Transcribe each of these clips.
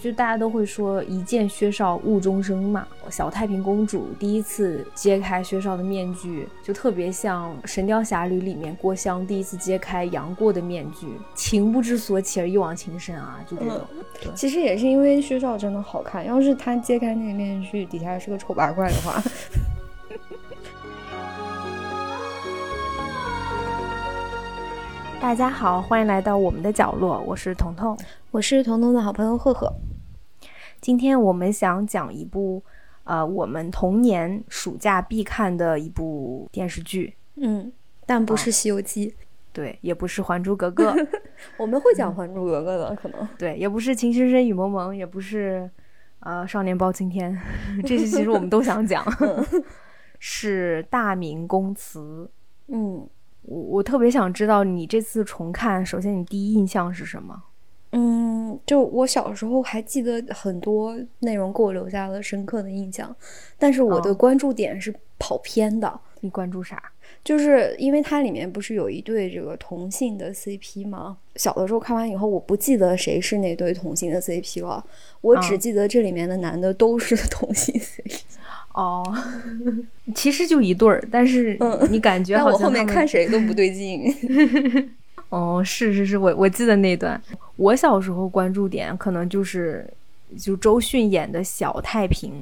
就大家都会说一见薛少误终生嘛。小太平公主第一次揭开薛少的面具，就特别像《神雕侠侣》里面郭襄第一次揭开杨过的面具，情不知所起而一往情深啊，就这种。嗯对其实也是因为薛少真的好看，要是他揭开那个面具底下是个丑八怪的话，大家好，欢迎来到我们的角落，我是彤彤。 我是彤彤的好朋友赫赫。今天我们想讲一部，呃，我们童年暑假必看的一部电视剧，嗯，但不是《西游记》对，也不是《还珠格格》，我们会讲《还珠格格》的，可能。对，也不是《情深深雨蒙蒙》，也不是呃《少年包青天》， 这些其实我们都想讲， 是大明宫词。嗯我我特别想知道你这次重看，首先你第一印象是什么？嗯，就我小时候还记得很多内容给我留下了深刻的印象，但是我的哦关注点是跑偏的。你关注啥？就是因为它里面不是有一对这个同性的 CP 吗？小的时候看完以后，我不记得谁是那对同性的 CP 了，我只嗯记得这里面的男的都是同性 CP。哦， 其实就一对儿，但是嗯你感觉但好我像后面他们嗯看谁都不对劲。 哦，是是是，我我记得那段。我小时候关注点可能就是就周迅演的小太平，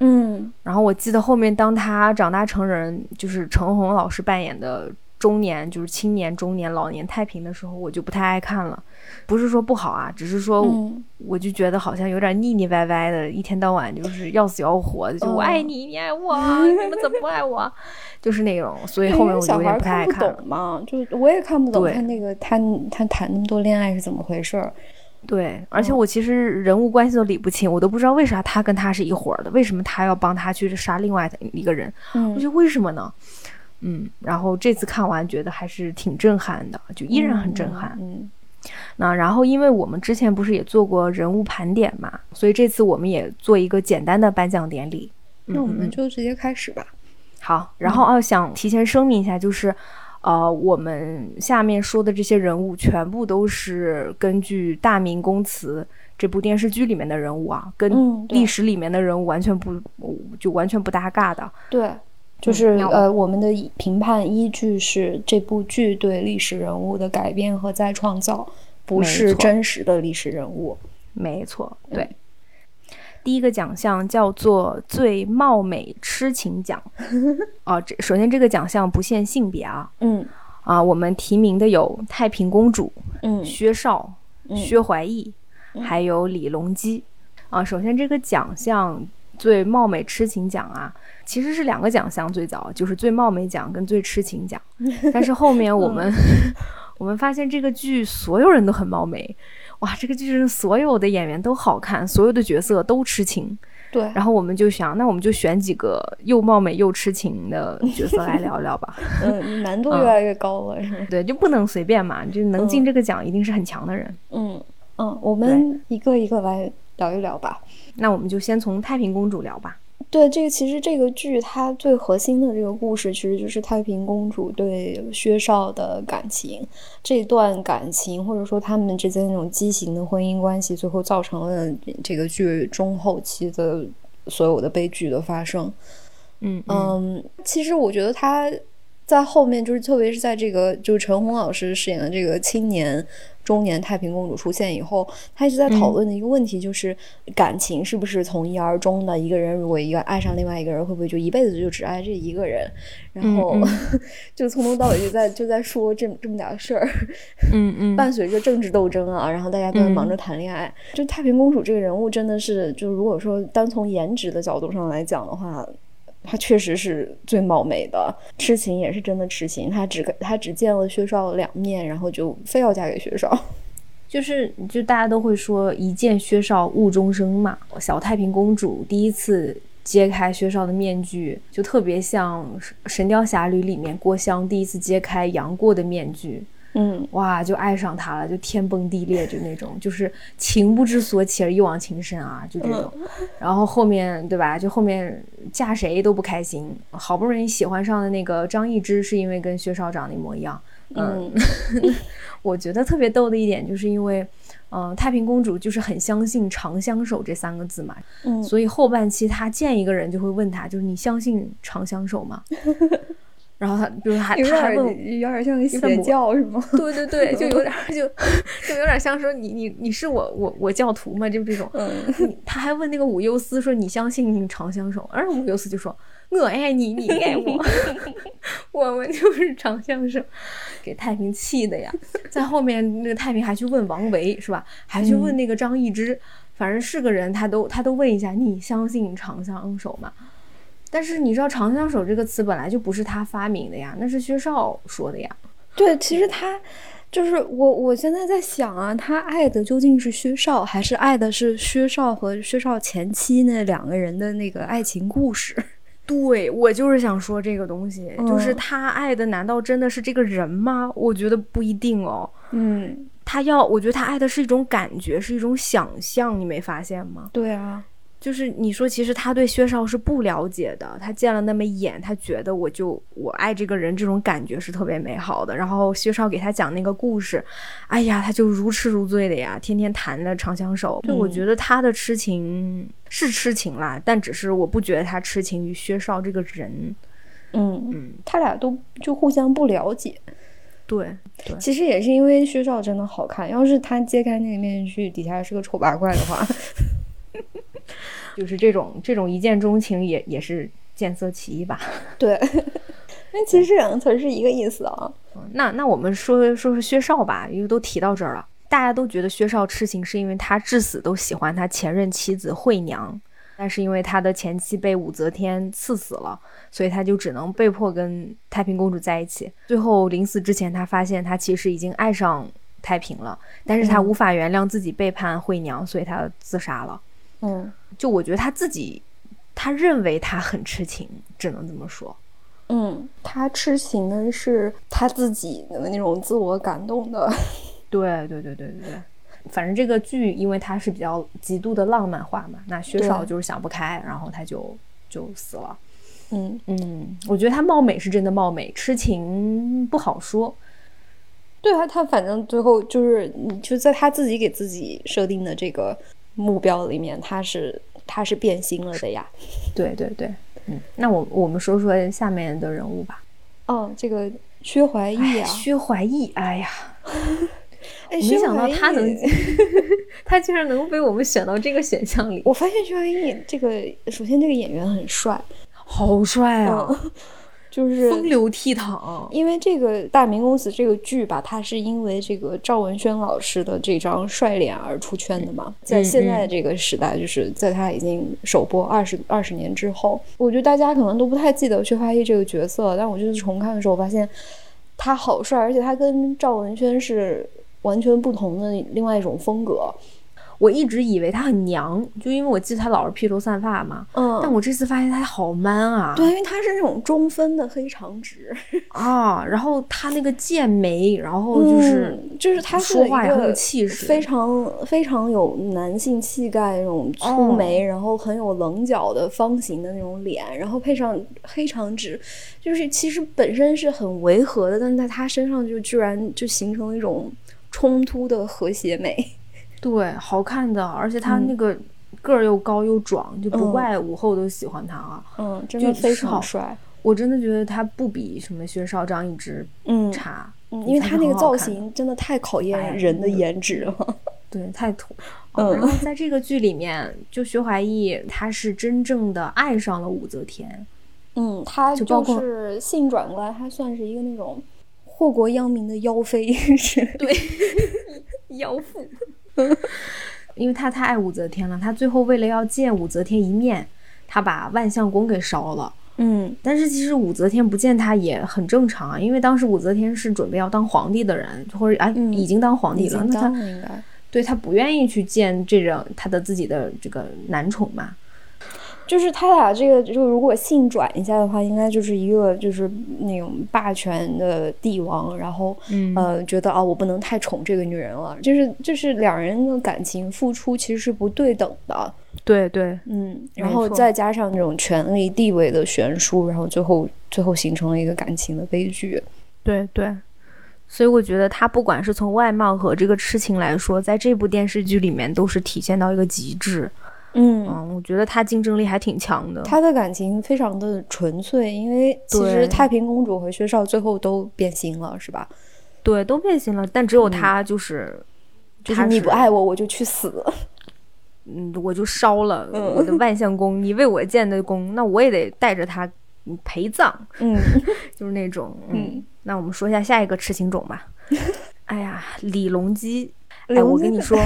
嗯然后我记得后面当她长大成人，就是陈红老师扮演的中年，就是青年、中年、老年太平的时候，我就不太爱看了。不是说不好啊，只是说嗯，我就觉得好像有点腻腻歪歪的，一天到晚就是要死要活的，就嗯我爱你，你爱我，啊你们怎么不爱我？啊 就是那种，所以后面因我为就小有点孩儿不太爱看不看了。懂嘛，就我也看不懂对他那个他他谈那么多恋爱是怎么回事儿。对，而且嗯我其实人物关系都理不清，我都不知道为啥他跟他是一伙儿的，为什么他要帮他去杀另外一个人？我觉嗯得为什么呢？嗯，然后这次看完觉得还是挺震撼的，就依然很震撼。嗯那然后，因为我们之前不是也做过人物盘点嘛，所以这次我们也做一个简单的颁奖典礼。那我嗯嗯们嗯就直接开始吧。好，然嗯后啊，想提前声明一下，就是，呃，我们下面说的这些人物全部都是根据《大明宫词》这部电视剧里面的人物啊，跟嗯，对历史里面的人物完全不就完全不搭嘎的。对，就是、那我呃，我们的依评判依据是这部剧对历史人物的改编和再创造，不没是错真实的历史人物。没错，嗯对。第一个奖项叫做最貌美痴情奖，啊，这首先这个奖项不限性别啊，嗯啊，我们提名的有太平公主、嗯薛少、嗯薛怀义，嗯还有李隆基。啊，首先这个奖项最貌美痴情奖啊，其实是两个奖项，最早就是最貌美奖跟最痴情 奖，但是后面我们、嗯我们发现这个剧所有人都很貌美，哇，这个剧是所有的演员都好看，所有的角色都痴情。对，然后我们就想，那我们就选几个又貌美又痴情的角色来聊聊 吧。嗯，难度嗯越来越高了，是吗？对，就不能随便嘛，就能进嗯这个奖一定是很强的人。嗯嗯，我们一个一个来聊一聊吧。那我们就先从太平公主聊吧。对，这个其实这个剧它最核心的这个故事，其实就是太平公主对薛少的感情，这段感情或者说他们之间那种畸形的婚姻关系，最后造成了这个剧中后期的所有的悲剧的发生。嗯嗯，其实我觉得他在后面就是，特别是在这个就是陈红老师饰演的这个青年中年太平公主出现以后，他一直在讨嗯论的一个问题就是、感情是不是从一而终的？一个人如果一个爱上另外一个人，会不会就一辈子就只爱这一个人？然后、嗯 就从头到尾就在就在说这这么点儿事儿。嗯嗯伴随着政治斗争啊，然后大家都在嗯忙着谈恋爱。就太平公主这个人物真的是，就如果说单从颜值的角度上来讲的话，她确实是最貌美的，痴情也是真的痴情。她只她只见了薛少两面，然后就非要嫁给薛少。就是就大家都会说一见薛少误终生嘛。小太平公主第一次揭开薛少的面具，就特别像《神雕侠侣》里面郭襄第一次揭开杨过的面具，嗯，哇，就爱上他了，就天崩地裂，就那种，就是情不知所起而一往情深啊，就这种。嗯然后后面对吧，就后面嗯嫁谁都不开心，好不容易喜欢上的那个张易之，是因为跟薛少长得一模一样。嗯 我觉得特别逗的一点，就是因为，嗯、呃，太平公主就是很相信“长相守”这三个字嘛，嗯所以后半期她见一个人就会问他，就是你相信长相守 吗？然后他，比如还有他还点问我，有点像有点邪模教是吗？对对对，就有点儿就 就有点像说你你你是我我我教徒嘛，就这种。嗯， 你他还问那个武幽司说你相信长相守，而武幽司就说我爱你，你爱我， 我们就是长相守，给太平气的呀。在后面那个太平还去问王维是吧，还去问那个张易之，反正是个人他都他都问一下你相信长相守吗？但是你知道“长相守”这个词本来就不是他发明的呀，那是薛少说的呀。对，其实他就是我，我现在在想啊，他爱的究竟是薛少，还是爱的是薛少和薛少前妻那两个人的那个爱情故事？ 对我就是想说这个东西，就是嗯他爱的难道真的是这个人吗？我觉得不一定哦。嗯，他要，我觉得他爱的是一种感觉，是一种想象，你没发现吗？对啊，就是你说，其实他对薛少是不了解的，他见了那么一眼，他觉得我就我爱这个人，这种感觉是特别美好的。然后薛少给他讲那个故事，哎呀，他就如痴如醉的呀，天天弹着长相守。对，我觉得他的痴情是痴情啦，但只是我不觉得他痴情于薛少这个人。嗯，嗯，他俩都就互相不了解。对，其实也是因为薛少真的好看，要是他揭开那个面具，底下是个丑八怪的 话，就是这种这种一见钟情也也是见色起意吧。对， 那其实这两个词儿是一个意思啊。那那我们说说说薛少吧，因为都提到这儿了，大家都觉得薛少痴情是因为他至死都喜欢他前任妻子惠娘，但是因为他的前妻被武则天赐死了，所以他就只能被迫跟太平公主在一起。最后临死之前，他发现他其实已经爱上太平了，但是他嗯无法原谅自己背叛惠娘，所以他自杀了。嗯就我觉得他自己，他认为他很痴情，只能这么说。嗯，他痴情的是他自己的那种自我感动的。对对对对对对。反正这个剧，因为它是比较极度的浪漫化嘛，那薛对少就是想不开，然后他就就死了。嗯，嗯，我觉得他貌美是真的貌美，痴情不好说。对啊，他反正最后就是，你就在他自己给自己设定的这个目标里面，他是他是变心了的呀。对对对，嗯，那我我们说说下面的人物吧。嗯，这个薛怀义啊，哎薛怀义，哎呀，哎，没薛想到怀他能义 他竟然能被我们选到这个选项里，我发现薛怀义这个，首先这个演员很帅，好帅啊，嗯，就是风流倜傥。因为这个《大明宫词》这个剧吧，它是因为这个赵文轩老师的这张帅脸而出圈的嘛。在现在这个时代，就是在他已经首播二十二十年之后，我觉得大家可能都不太记得薛怀义这个角色，但我就是重看的时候发现他好帅，而且他跟赵文轩是完全不同的另外一种风格。我一直以为他很娘，就因为我记得他老是披头散发嘛。嗯，但我这次发现他好 man 啊！对，因为他是那种中分的黑长直，啊，然后他那个剑眉，然后哦就是、嗯就是他是说话也一个很有气势，非常非常有男性气概那种哦粗眉，然后很有棱角的方形的那种脸，然后配上黑长直，就是其实本身是很违和的，但在他身上就居然就形成了一种冲突的和谐美。对，好看的，而且他嗯那个个儿又高又壮，就不嗯怪武后都喜欢他啊。嗯，真就的非少常帅。我真的觉得他不比什么薛少、张易之嗯差，嗯，因为还他是那很个好看造的型真的太考哎验人的颜值 了。对，太土。嗯然后在这个剧里面，就薛怀义他是真正的爱上了武则天，嗯，他就包就括是性转过来，他算是一个那种祸国殃民的妖妃。 是妖妇。 因为他太爱武则天了，他最后为了要见武则天一面，他把万象宫给烧了。嗯但是其实武则天不见他也很正常啊，因为当时武则天是准备要当皇帝的人，或者啊、嗯已经当皇帝已了，经那当他了应该。对他不愿意去见这种他的自己的这个男宠嘛，就是他俩这个，就如果性转一下的话，应该就是一个就是那种霸权的帝王，然后、嗯呃，觉得啊，我不能太宠这个女人了，就是就是两人的感情付出其实是不对等的，对对，嗯，没然后错再加上这种权力地位的悬殊，然后最后最后形成了一个感情的悲剧，对对，所以我觉得他不管是从外貌和这个痴情来说，在这部电视剧里面都是体现到一个极致。嗯，嗯，我觉得他竞争力还挺强的。他的感情非常的纯粹，因为其实对太平公主和薛少最后都变心了，是吧？对，都变心了，但只有他就是，嗯就是他你是不爱我，我就去 死。嗯，我就烧了嗯我的万象宫，你为我建的宫，那我也得带着他嗯陪葬，嗯就是那种。嗯，嗯，那我们说一下下一个痴情种 吧。哎呀，李隆基，哎，刘我金跟你的，说，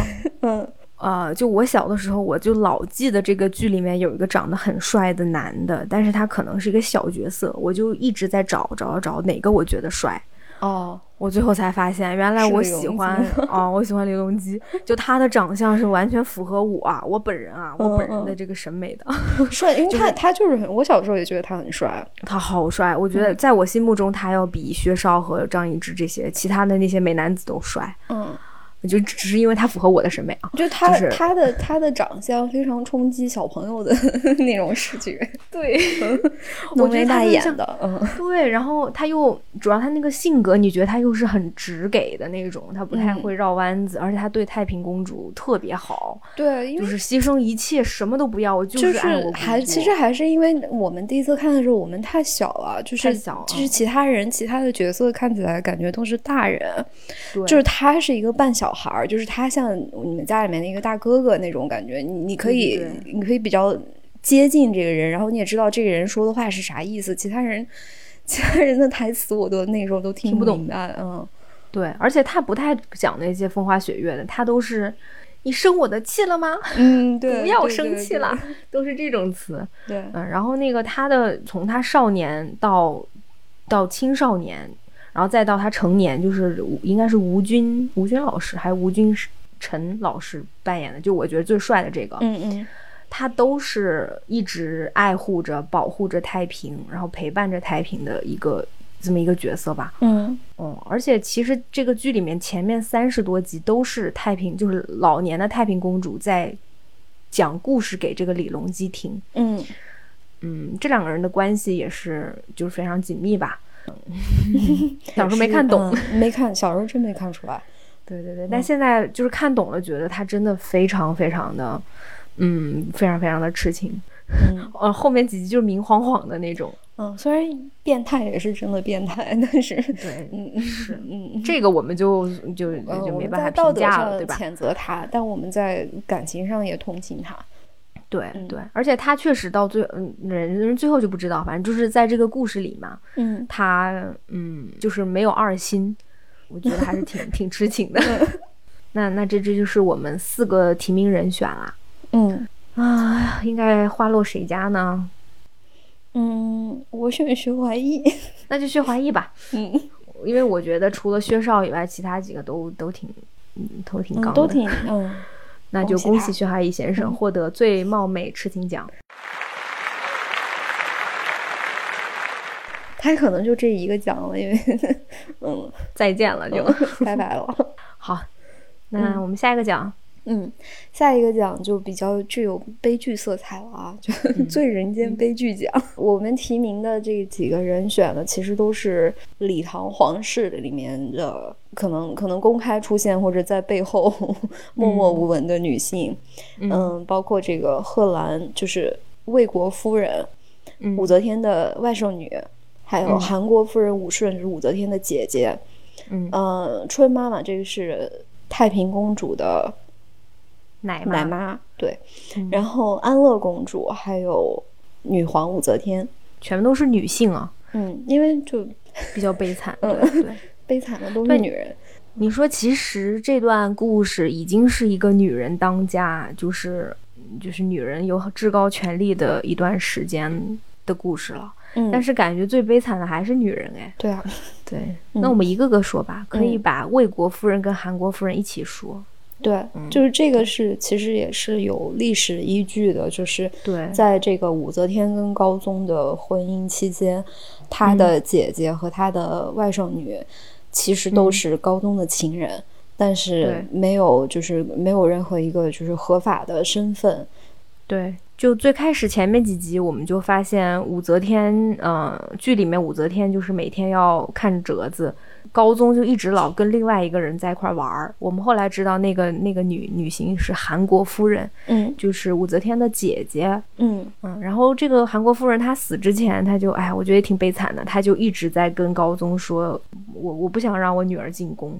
嗯呃，就我小的时候，我就老记得这个剧里面有一个长得很帅的男的，但是他可能是一个小角色，我就一直在找找找哪个我觉得帅。哦，我最后才发现，原来是我李喜隆基欢哦，我喜欢李隆基，就他的长相是完全符合我啊，我本人啊，我本嗯嗯人的这个审美的。帅，因为他他就是很，我小时候也觉得他很帅。他好帅，我觉得嗯在我心目中，他要比薛少和张一之这些其他的那些美男子都帅，嗯，就只是因为他符合我的审美啊。就他、是他的他的长相非常冲击小朋友的 那种视 觉，对，我浓眉觉得大他眼像的，嗯 对，然后他又主要他那个性格，你觉得他又是很直给的那种，他不太嗯会绕弯子，而且他对太平公主特别好，对，因就为是牺牲一切，什么都不要，我就就是爱我公还主其实还是因为我们第一次看的时候我们太小了，就是太小就是啊其他人其他的角色看起来感觉都是大人，对就是他是一个半小孩儿，就是他像你们家里面的一个大哥哥那种感觉，你你可以对对你可以比较接近这个人，然后你也知道这个人说的话是啥意思，其他人。其他人的台词我都那时候都听听不懂明白，嗯，对，而且他不太讲那些风花雪月的，他都是你生我的气了吗？ 嗯，对，不要对生气了，， 都是这种词。对对对，嗯，然后那个他的从他少年到到青少年，然后再到他成年，就是吴应该是吴军吴军老师还是吴军陈老师扮演的，就我觉得最帅的这个，嗯嗯，他都是一直爱护着、保护着太平，然后陪伴着太平的一个这么一个角色吧。嗯嗯，而且其实这个剧里面前面三十多集都是太平，就是老年的太平公主在讲故事给这个李隆基听。嗯，嗯，这两个人的关系也是就是非常紧密 吧。小时候也没是看懂，嗯嗯没看，小时候真没看出来。对对对，但现在就是看懂了，觉得他真的非常非常的，嗯，非常非常的痴情。嗯 呃，后面几集就是明晃晃的那种。嗯，虽然变态也是真的变态，但 是，对，嗯是嗯，这个我们就就呃，就我没们办法在道评德价上了，对吧？谴责他，但我们在感情上也同情他。对嗯对，而且他确实到最，嗯，人人最后就不知道，反正就是在这个故事里嘛，嗯，他嗯，就是没有二心，我觉得还是 挺挺痴情的。 那那这这就是我们四个提名人选啦。嗯啊，应该花落谁家呢？嗯，我选徐怀义。那就薛怀义吧，嗯，因为我觉得除了薛少以外，其他几个都都挺，嗯，都挺刚的。嗯都挺嗯。那就恭恭喜他嗯喜薛怀义先生获得最貌美痴情奖。他可能就这一个奖了，因为， 嗯，再见了就，拜拜了。好。那我们下一个奖，嗯，下一个奖就比较具有悲剧色彩了啊，就嗯 最人间悲剧奖。 我们提名的这几个人选呢，其实都是礼堂皇室里面的，可能可能公开出现或者在背后 默默无闻的女性。嗯，包括这个贺兰，就是魏国夫人，嗯武则天的外甥女，还有嗯韩国夫人武顺，就是武则天的姐姐。嗯，呃，春妈妈这个是太平公主的奶奶妈，妈，对，嗯然后安乐公主还有女皇武则天，全都是女性啊，嗯，因为就比较悲惨。嗯对对，悲惨的都是对女人，你说，其实这段故事已经是一个女人当家，就是就是女人有至高权力的一段时间的故事了。嗯，但是感觉最悲惨的还是女人哎。对啊，对，嗯那我们一个个说吧，可以嗯把魏国夫人跟韩国夫人一起说。对，嗯就是这个是其实也是有历史依据的，就是对在这个武则天跟高宗的婚姻期间，她嗯的姐姐和她的外甥女其实都是高宗的情人，但是嗯对没有就是没有任何一个就是合法的身份。对，就最开始前面几集，我们就发现武则天，呃，剧里面武则天就是每天要看折子，高宗就一直老跟另外一个人在一块玩儿。我们后来知道那个那个女女刑是韩国夫人，嗯就是武则天的姐姐。嗯嗯，然后这个韩国夫人她死之前，她就哎，我觉得也挺悲惨的，她就一直在跟高宗说，我我不想让我女儿进宫，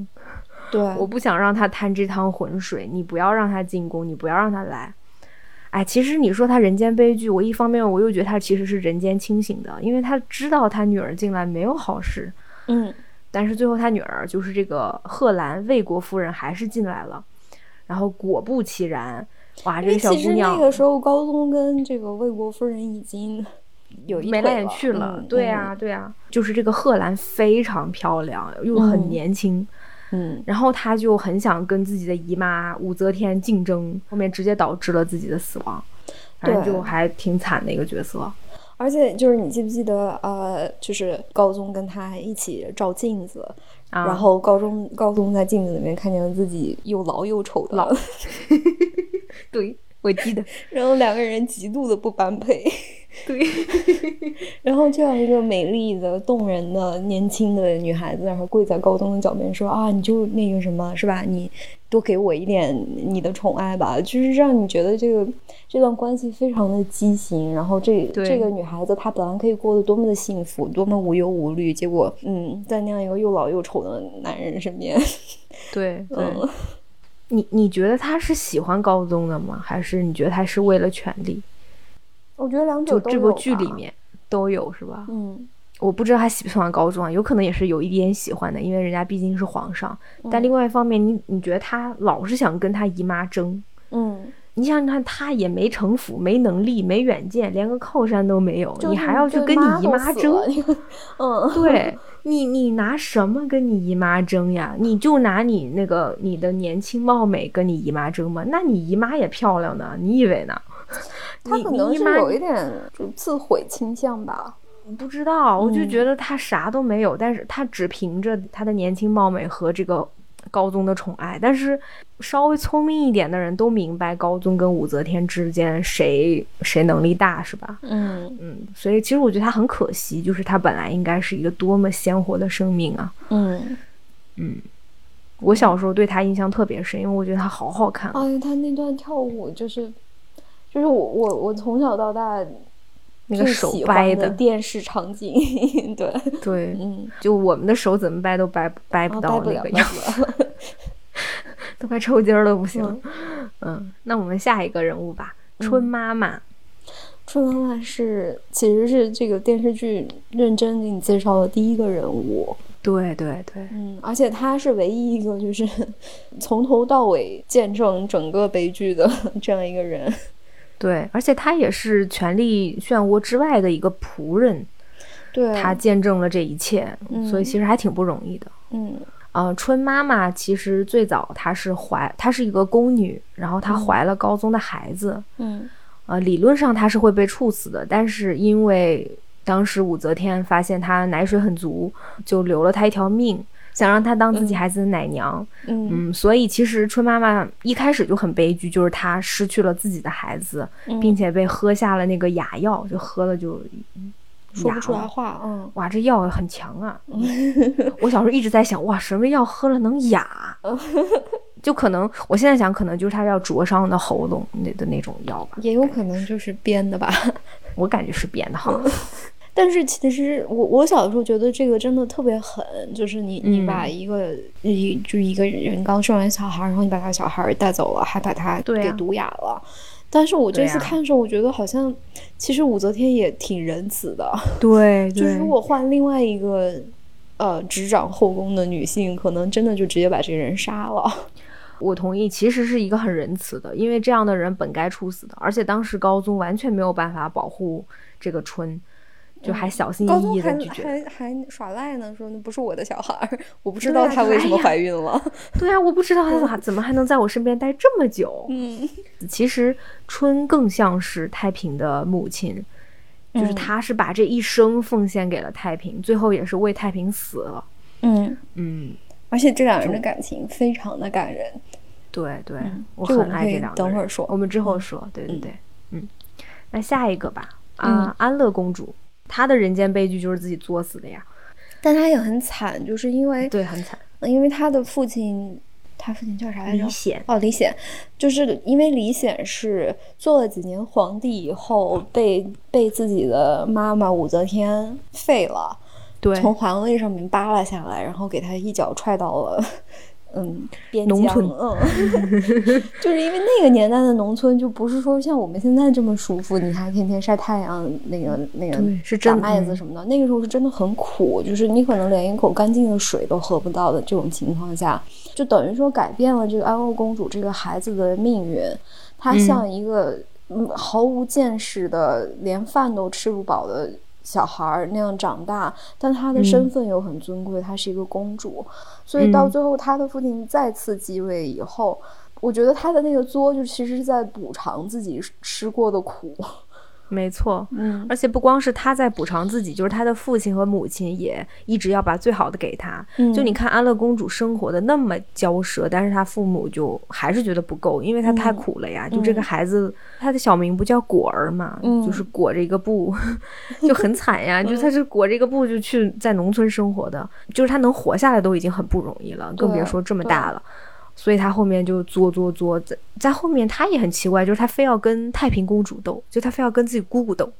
对，我不想让他贪这趟浑水，你不要让他进宫，你不要让他来。哎，其实你说他人间悲剧，我一方面我又觉得他其实是人间清醒的，因为他知道他女儿进来没有好事，嗯但是最后他女儿就是这个贺兰魏国夫人还是进来了，然后果不其然，哇，这因为个小姑其实娘那个时候高宗跟这个魏国夫人已经 有一眉腿来眼去了，嗯对呀、对呀、就是这个贺兰非常漂亮，又很嗯年轻，嗯然后他就很想跟自己的姨妈武则天竞争，后面直接导致了自己的死亡，反正对就还挺惨的一个角色。啊而且就是你记不记得呃，就是高宗跟他一起照镜子，啊、然后高中高中在镜子里面看见了自己又老又丑的，对我记得，然后两个人极度的不般配。对， 然后这样一个美丽的、动人的、年轻的女孩子，然后跪在高宗的脚边说：“啊，你就那个什么，是吧？你多给我一点你的宠爱吧。”就是让你觉得这个这段关系非常的畸形。然后这对这个女孩子她本来可以过得多么的幸福，多么无忧无虑，结果嗯，在那样一个又老又丑的男人身边， 对对，嗯。你你觉得他是喜欢高宗的吗？还是你觉得他是为了权力？我觉得两就者都这部有剧吧里，面都有是吧？嗯，我不知道他喜不喜欢高宗啊，有可能也是有一点喜欢的，因为人家毕竟是皇上。但嗯另外一方面，你你觉得他老是想跟他姨妈争，嗯，你想想看，他也没城府，没能力，没远见，连个靠山都没有，就你是还要去对跟妈你姨都妈死争了？，嗯， 对你，你拿什么跟你姨妈争呀？你就拿你那个你的年轻貌美跟你姨妈争吗？那你姨妈也漂亮呢，你以为呢？他你可你能姨是妈有一点就自毁倾向吧。不知道，我就嗯觉得他啥都没有，但是他只凭着他的年轻貌美和这个高宗的宠爱，但是稍微聪明一点的人都明白高宗跟武则天之间谁谁能力大，是吧？嗯嗯，所以其实我觉得他很可惜，就是他本来应该是一个多么鲜活的生命啊！嗯，我小时候对他印象特别深，因为我觉得他好好看啊。哎呀，他那段跳舞就是，就是我我我从小到大那个最手喜掰欢的的电视场景， 对，对，嗯，就我们的手怎么掰都掰掰不啊，到掰不那了个，掰 样，不了。都快抽筋儿了，不行了。嗯，那我们下一个人物吧，春妈妈。春妈妈是其实是这个电视剧认真给你介绍的第一个人物，对对对，嗯，而且她是唯一一个就是从头到尾见证整个悲剧的 这样一个人。对，而且他也是权力漩涡之外的一个仆人，对，他见证了这一切，嗯所以其实还挺不容易的。嗯呃，春妈妈其实最早她是怀，她是一个宫女，然后她怀了高宗的孩子。嗯呃，理论上她是会被处死的，但是因为当时武则天发现她奶水很足，就留了她一条命，想让她当自己嗯孩子的奶娘。嗯嗯，所以其实春妈妈一开始就很悲剧，就是她失去了自己的孩子，嗯，并且被喝下了那个哑药，就喝了就说不出哑来了话，嗯哇，这药很强啊！ 我小时候一直在想，哇，什么药喝了能哑？就可能我现在想，可能就是他要灼伤的喉咙那的那种药吧，也有可能就是编的吧。 我感觉是编的哈。嗯但是其实我我小时候觉得这个真的特别狠，就是你你嗯把一个一就一个人刚生完小孩儿，然后你把他小孩儿带走了，还把他对给啊毒哑了。但是我这对次啊看的时候，我觉得好像其实武则天也挺仁慈的， 对就是对如果换另外一个呃执掌后宫的女性，可能真的就直接把这个人杀了。我同意，其实是一个很仁慈的，因为这样的人本该处死的，而且当时高宗完全没有办法保护这个春，就还小心嗯高翼宗翼的还拒绝。还还耍赖呢，说那不是我的小孩儿，我不知对道啊她就为哎什么呀怀孕 了。对啊，我不知道他咋怎么还能在我身边待这么久。嗯，其实春更像是太平的母亲，就是嗯她是把这一生奉献给了太平，最后也是为太平死了。嗯，嗯，而且这两人的感情非常的感人。对对，嗯我这个很我们爱可以这两个等人。会儿说嗯我们之后说。对对对，嗯，那下一个吧，啊、嗯安乐公主，她的人间悲剧就是自己作死的呀，但她也很惨，就是因为呃对，很惨，因为她的父亲，她父亲叫啥来着李？显，哦，李显，就是因为李显是做了几年皇帝以后被被自己的妈妈武则天废了，对，从皇位上面扒拉下来，然后给他一脚踹到了，嗯，边农疆村嗯， 就是因为那个年代的农村就不是说像我们现在这么舒服，你还天天晒太阳，那个那个对是打真麦嗯子什么的，那个时候是真的很苦，就是你可能连一口干净的水都喝不到的这种情况下，就等于说改变了这个安乐公主这个孩子的命运，她嗯像一个嗯毫无见识的，连饭都吃不饱的小孩儿那样长大，但她嗯的身份又很尊贵，她是一个公主，所以到嗯最后她的父亲再次继位以后，我觉得她的那个作就其实是在补偿自己吃过的苦，没错。嗯，而且不光是她在补偿自己，就是她的父亲和母亲也一直要把最好的给她。就嗯你看安乐公主生活的那么骄奢，但是她父母就还是觉得不够，因为她太嗯苦了呀。就这个嗯孩子，她的小名不叫果儿嘛，嗯就是裹着一个布， 就很惨呀。就她是裹着一个布就去在农村生活的，就是她能活下来都已经很不容易了，更别对说这么对大了。所以她后面就作作作，在在后面她也很奇怪，就是她非要跟太平公主斗，就她非要跟自己姑姑斗，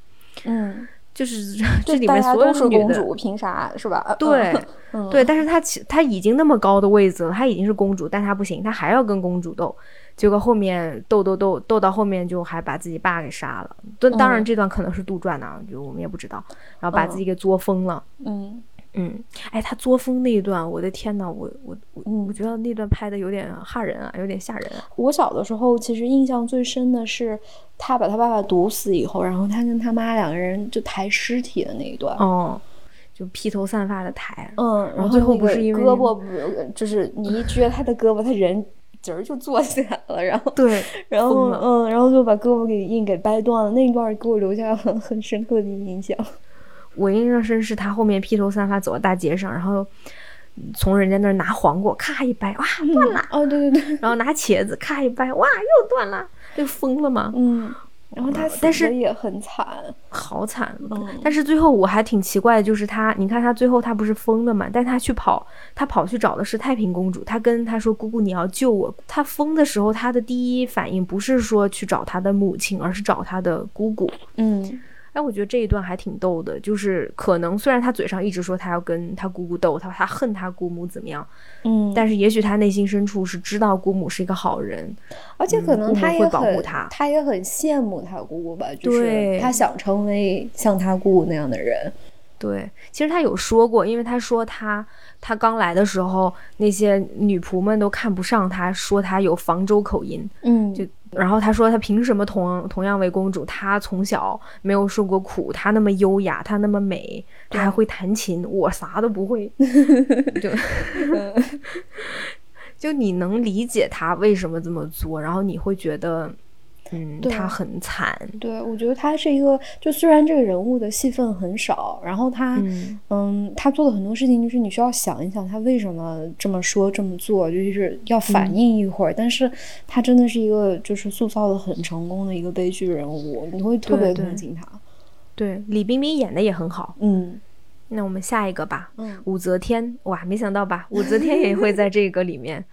嗯，就是 就这里大面家所有都的是女公的主，凭啥是吧？嗯对，嗯对，但是她其她已经那么高的位子了，她已经是公主，但她不行，她还要跟公主斗，结果后面斗斗斗斗到后面就还把自己爸给杀了。当当然嗯这段可能是杜撰的啊，就我们也不知道，然后把自嗯己给作疯了。嗯嗯，哎，她作疯那一段，我的天呐，我我我我嗯，觉得那段拍的有点吓人啊，有点吓人、啊。我小的时候其实印象最深的是她把她爸爸毒死以后，然后她跟她妈两个人就抬尸体的那一段。哦，就披头散发的抬。啊嗯，然然后后最后那不个是因为胳膊不就是你一撅她的胳膊，她人 直儿就坐起来了，然后对，然疯后了嗯，然后就把胳膊给硬给掰断了。那一段给我留下很很深刻的印象。我印象深是他后面披头散发走到大街上，然后从人家那儿拿黄瓜，咔一掰，哇断了，哦，对对对，然后拿茄子咔一掰，哇又断了，就疯了嘛， 嗯，然后她死但是的也很惨，好惨。啊嗯但是最后我还挺奇怪的，就是他，你看他最后他不是疯了嘛？但他去跑，他跑去找的是太平公主，他跟她说：“姑姑，你要救我。”他疯的时候，他的第一反应不是说去找他的母亲，而是找他的姑姑。嗯哎，我觉得这一段还挺逗的，就是可能虽然他嘴上一直说他要跟他姑姑斗，他他恨他姑母怎么样，嗯，但是也许他内心深处是知道姑母是一个好人，而且可能嗯姑母她会也保护很，她她也很羡慕她姑姑吧，就对是她想成为像她姑姑那样的人。对，其实他有说过，因为他说他他刚来的时候，那些女仆们都看不上他，说他有房州口音，嗯就然后他说他凭什么同同样为公主，她从小没有受过苦，她那么优雅，她那么美，她还会弹琴，我啥都不 会，就嗯 就你能理解他为什么这么做，然后你会觉得，嗯，对啊他很惨，对，我觉得她是一个，就虽然这个人物的戏份很少，然后她，嗯嗯，她做的很多事情，就是你需要想一想她为什么这么说这么做，就是要反嗯应一会儿。但是她真的是一个，就是塑造的很成功的一个悲剧人物，你会特对别对同情她。对，李冰冰演的也很好。嗯那我们下一个吧，嗯，武则天，哇，没想到吧？武则天也会在这个里 面，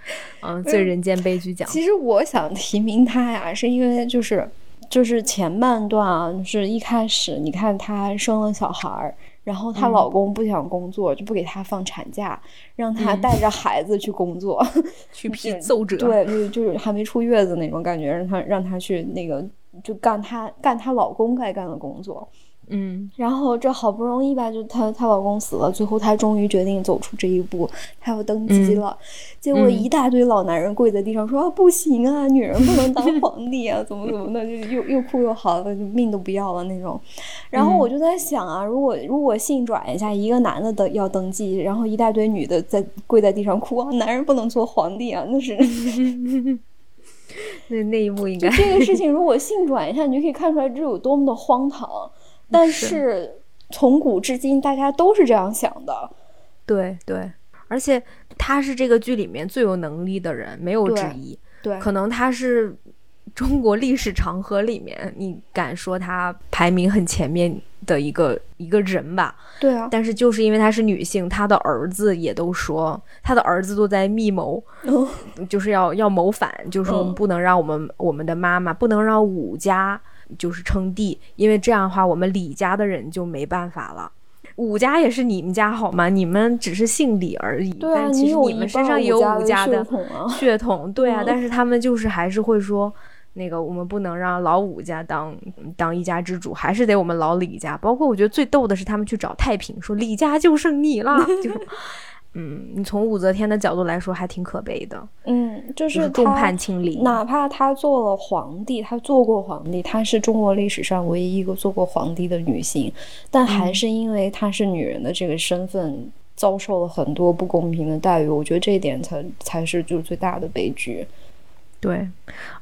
嗯，最人间悲剧奖。其实我想提名他呀，是因为就是就是前半段啊，就是一开始你看她生了小孩儿，然后她嗯老公不想工作，就不给她放产假，让她嗯带着孩子去工作， 去批奏折，对，就是就是还没出月子那种感觉，让她让她去那个就干她干她老公该干的工作。嗯，然后这好不容易吧，就她她老公死了，最后她终于决定走出这一步，她要登基嗯了。结果嗯一大堆老男人跪在地上说、啊：“不行啊，女人不能当皇帝啊，怎么怎么的，就又又哭又嚎的，就命都不要了那种。”然嗯后我就在想啊，如果如果性转一下，一个男的登要登基，然后一大堆女的在跪在地上哭啊，男人不能做皇帝啊，那是那那一幕应该这个事情如果性转一下，你就可以看出来这有多么的荒唐。但是是从古至今，大家都是这样想的。对对，而且他是这个剧里面最有能力的人，没有对之一。对，可能他是 中国历史长河里面，你敢说她排名很前面的一个一个人吧？对啊，但是就是因为她是女性，她的儿子也都说，她的儿子都在密谋，哦就是要要谋反，就是说我们嗯不能让我们、我们的妈妈不能让武家就是称帝，因为这样的话我们李家的人就没办法了。武家也是你们家好吗？你们只是姓李而已，对啊，但其实有你一们身半上也有武家的的血统啊， 血统，对啊，嗯但是他们就是还是会说，那个我们不能让老武家当当一家之主，还是得我们老李家。包括我觉得最逗的是，他们去找太平说李家就剩你了，就是， 嗯，你从武则天的角度来说，还挺可悲的，嗯，就就是是众他叛亲离。哪怕她做了皇帝，她做过皇帝，她是中国历史上唯一一个做过皇帝的女性，但嗯还是因为她是女人的这个身份，遭受了很多不公平的待遇。我觉得这一点才才是就是最大的悲剧。对，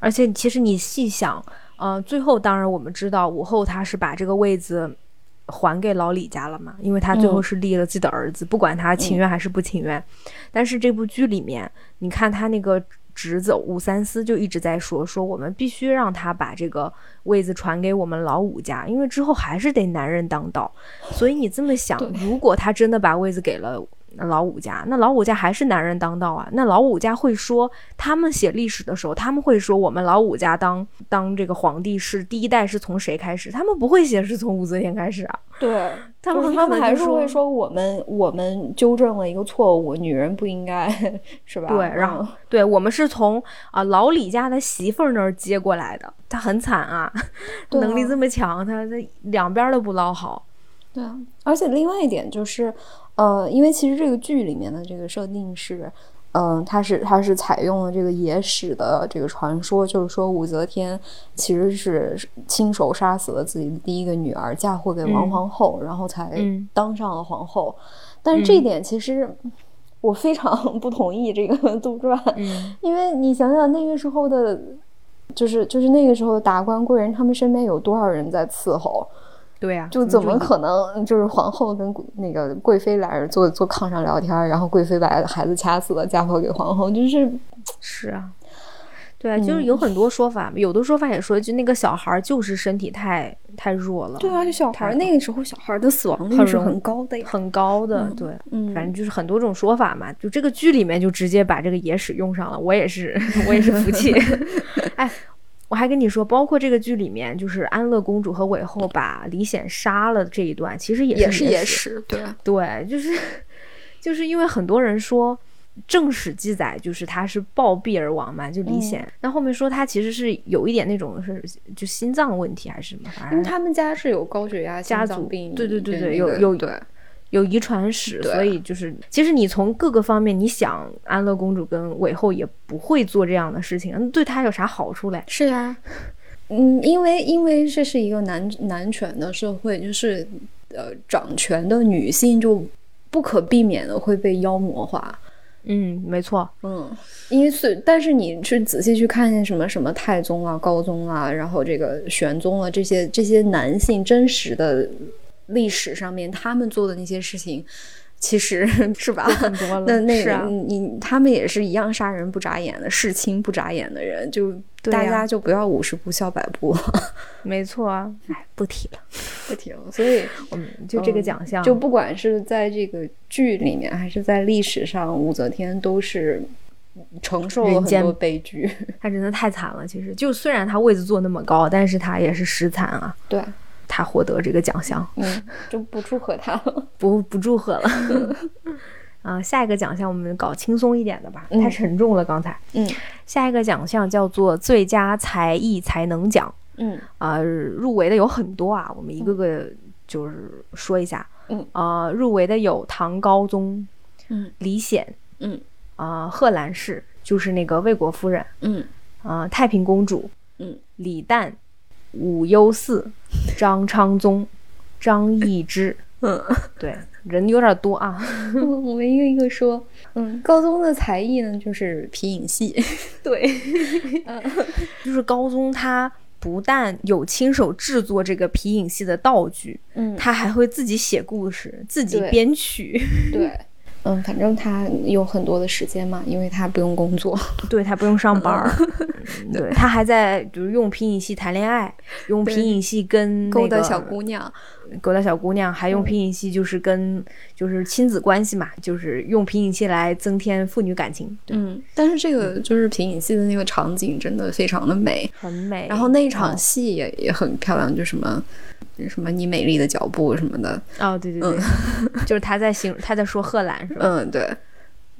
而且其实你细想，呃，最后当然我们知道武后她是把这个位子还给老李家了嘛，因为她最后嗯是立了自己的儿子，不管他情愿还是不情愿。但是这部剧里面，你看他那个侄子武三思就一直在说，说我们必须让他把这个位子传给我们老武家，因为之后还是得男人当道。所以你这么想对，如果他真的把位子给了。老武家，那老武家还是男人当道啊。那老武家会说，他们写历史的时候，他们会说我们老武家当当这个皇帝是第一代是从谁开始，他们不会写是从武则天开始啊。对，他就是们 他可们能还就是会说我们我们纠正了一个错误，女人不应该 是吧？嗯对，然后对我们是从啊、老李家的媳妇儿那儿接过来的，他很惨啊， 对啊能力这么强，他他两边儿都不捞好。对啊，而且另外一点就是，呃，因为其实这个剧里面的这个设定是，嗯、它是它是采用了这个野史的这个传说，就是说武则天其实是亲手杀死了自己的第一个女儿，嫁祸给王嗯皇后，然后才嗯当上了皇后。但是这一点其实我非常 不同意这个杜撰，嗯因为你想想那个时候的，就是就是那个时候的达官贵人，他们身边有多少人在伺候？对呀、啊，就你怎么可能就是皇后跟贵那个贵妃俩人坐坐炕上聊天，然后贵妃把孩子掐死了，嫁祸给皇后，就是是啊，对嗯啊，就是有很多说法，有的说法也说，就那个小孩儿就是身体太太弱了，啊，小孩儿那个时候小孩儿的死亡很容嗯高的呀。很高的，对，嗯反正就是很多种说法嘛。就这个剧里面就直接把这个野史用上了，我也是， 我也是服气。哎，我还跟你说，包括这个剧里面，就是安乐公主和韦后把李显杀了这一段，其实也是野史，史，对，对，就是 就是因为很多人说。正史记载就是他是暴毙而亡嘛，就李显。那、后面说他其实是有一点那种是就心脏问题还是什么，反因为正他们家是有高血压、心家脏族病，对对对跟对那有个有对有遗传史，对所以就是，其实你从各个方面，你想安乐公主跟韦后也不会做这样的事情，嗯对她有啥好处嘞？是呀、嗯，因为因为这是一个男男权的社会，就是呃，掌权的女性就不可避免的会被妖魔化。嗯，没错，嗯，因为虽但是你去仔细去看一下什么什么太宗啊、高宗啊，然后这个玄宗啊，这些这些男性真实的历史上面他们做的那些事情，其实是吧？很多了，那那是个、啊，你他们也是一样杀人不眨眼的，弑亲不眨眼的人，就对大呀家就不要五十步笑百步了， 没错啊，哎，不提了，不停。所以我们就这个嗯奖项，就不管是在这个剧里面，还是在历史上，武则天都是承受了人很间多悲剧。她真的太惨了。其实，就虽然她位子坐那么高，但是她也是实惨啊，对，她获得这个奖项，嗯，就不祝贺他了。不不祝贺了。 啊，下一个奖项我们搞轻松一点的吧，嗯太沉重了。刚才嗯下一个奖项叫做最佳才艺才能奖。嗯啊，入围的有很多啊，我们一个个就是说一下。嗯，啊，入围的有唐高宗、嗯李显、嗯啊、贺兰氏，就是那个魏国夫人，嗯啊、太平公主，嗯，李旦、武攸嗣、张昌宗、张易之，嗯，对，人有点多啊。 我们一个一个说。嗯，高宗的才艺呢，就是皮影 戏。嗯对，就是高宗他。不但有亲手制作这个皮影戏的道具，嗯他还会自己写故事，自己对编曲。对，嗯， 反正他有很多的时间嘛，因为他不用工作。对他不用上班儿， 对他还在就是用皮影戏谈恋爱，用皮影戏跟、那个、勾搭小姑娘，勾搭小姑娘，嗯还用皮影戏就是跟、嗯、就是亲子关系嘛，就是用皮影戏来增添父女感情。对嗯，但是这个就是皮影戏的那个场景真的非常的美，很美。然后那一场戏也、哦、也很漂亮，就什么。什么？你美丽的脚步什么的哦，对对对，嗯、 就是他在形，他在说贺兰是吧？嗯，对，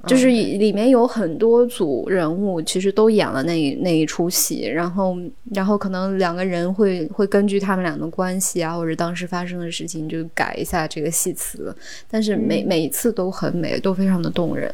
就是里面有很多组人物，其实都演了那那一出戏，然后然后可能两个人会会根据他们俩的关系啊，或者当时发生的事情，就改一下这个戏词，但是每、嗯、每一次都很美，都非常的动人。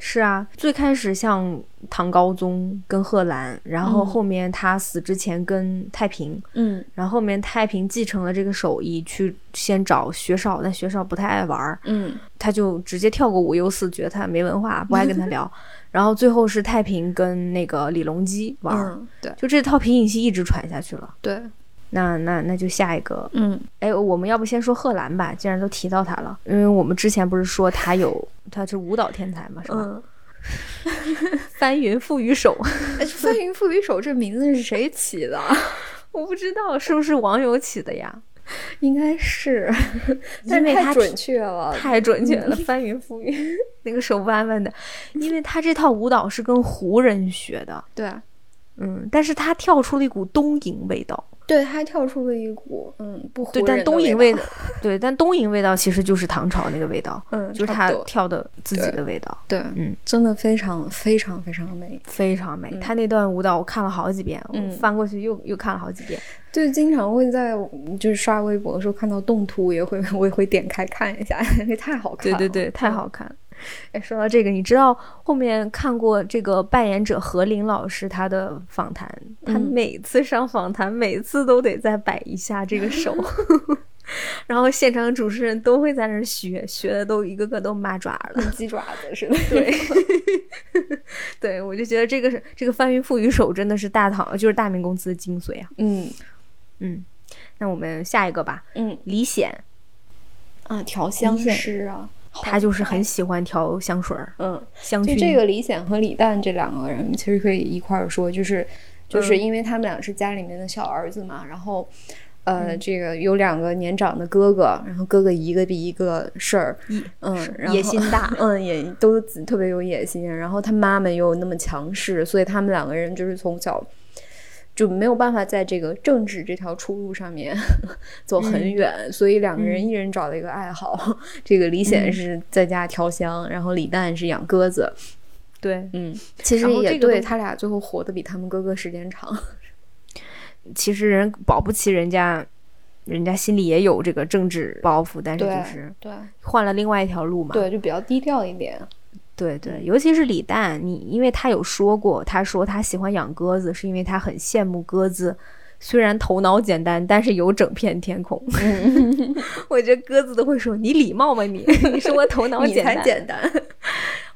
是啊，最开始像唐高宗跟贺兰，然后后面他死之前跟太平，嗯，然后后面太平继承了这个手艺，去先找学少，但学少不太爱玩儿，嗯，他就直接跳过五优四绝，他没文化，不爱跟他 聊。然后最后是太平跟那个李隆基玩儿、嗯，对，就这套皮影戏一直传下去了。对，那那那就下一个，嗯，哎，我们要不先说贺兰吧，既然都提到他了，因为我们之前不是说他有。他是舞蹈天才嘛，是吧？ 嗯、翻云覆雨手， 翻哎云覆雨手这名字是谁起的？啊我不知道，是不是网友起的呀？ 应该是， 因为太准确了，太准确嗯了，翻云覆雨， 那个手弯弯的，因为他这套舞蹈是跟胡人学的，对，啊嗯，但是他跳出了一股东瀛味道。对，他跳出了一股嗯不对，但东瀛味道， 对，但东瀛味道其实就是唐朝那个味道，嗯，就是他跳的自己的味道，对，对嗯，真的非常非常非常美，非常美。嗯、他那段舞蹈我看了好几遍，嗯、我翻过去又又看了好几遍。对，经常会在嗯就是刷微博的时候看到动图，也会 我也会点开看一下， 那太好看了，对嗯对对，太好看了。哎，说到这个，你知道后面看过这个扮演者何琳老师她的访谈，她每次上访谈，每次都得再摆一下这个 手，然后现场主持人都会在那儿学，学的都一个个都麻爪了，跟鸡爪子似的。对，对我就觉得这个是这个翻云覆雨手真的是大唐就是大明公司的精髓啊。 嗯嗯，那我们下一个吧。嗯，李显啊，调香师啊。他就是很喜欢调香水儿，嗯，香就这个李显和李诞这两个人其实可以一块儿说，就是嗯就是因为他们俩是家里面的小儿子嘛，嗯、然后嗯呃，这个有两个年长的哥哥，然后哥哥一个比一个事儿，嗯，然后野心大， 嗯，也都特别有野心，然后他妈妈又那么强势，所以他们两个人就是从小。就没有办法在这个政治这条出路上面 走很远，嗯、所以两个人一人找了一个爱好。嗯、这个李显是在家调香，嗯、然后李诞是养鸽子。对，嗯，其实也对他俩最后活得比他们哥哥时间长。其实人保不齐人家，人家心里也有这个政治包袱，但是 就是对换了另外一条路嘛，对，就比较低调一点。对对，尤其是李诞，你因为他有说过，他说他喜欢养鸽子，是因为他很羡慕鸽子，虽然头脑简单，但是有整片天空。嗯、 我觉得鸽子都会说：“你礼貌吗你？ 你说我头脑简单，简单，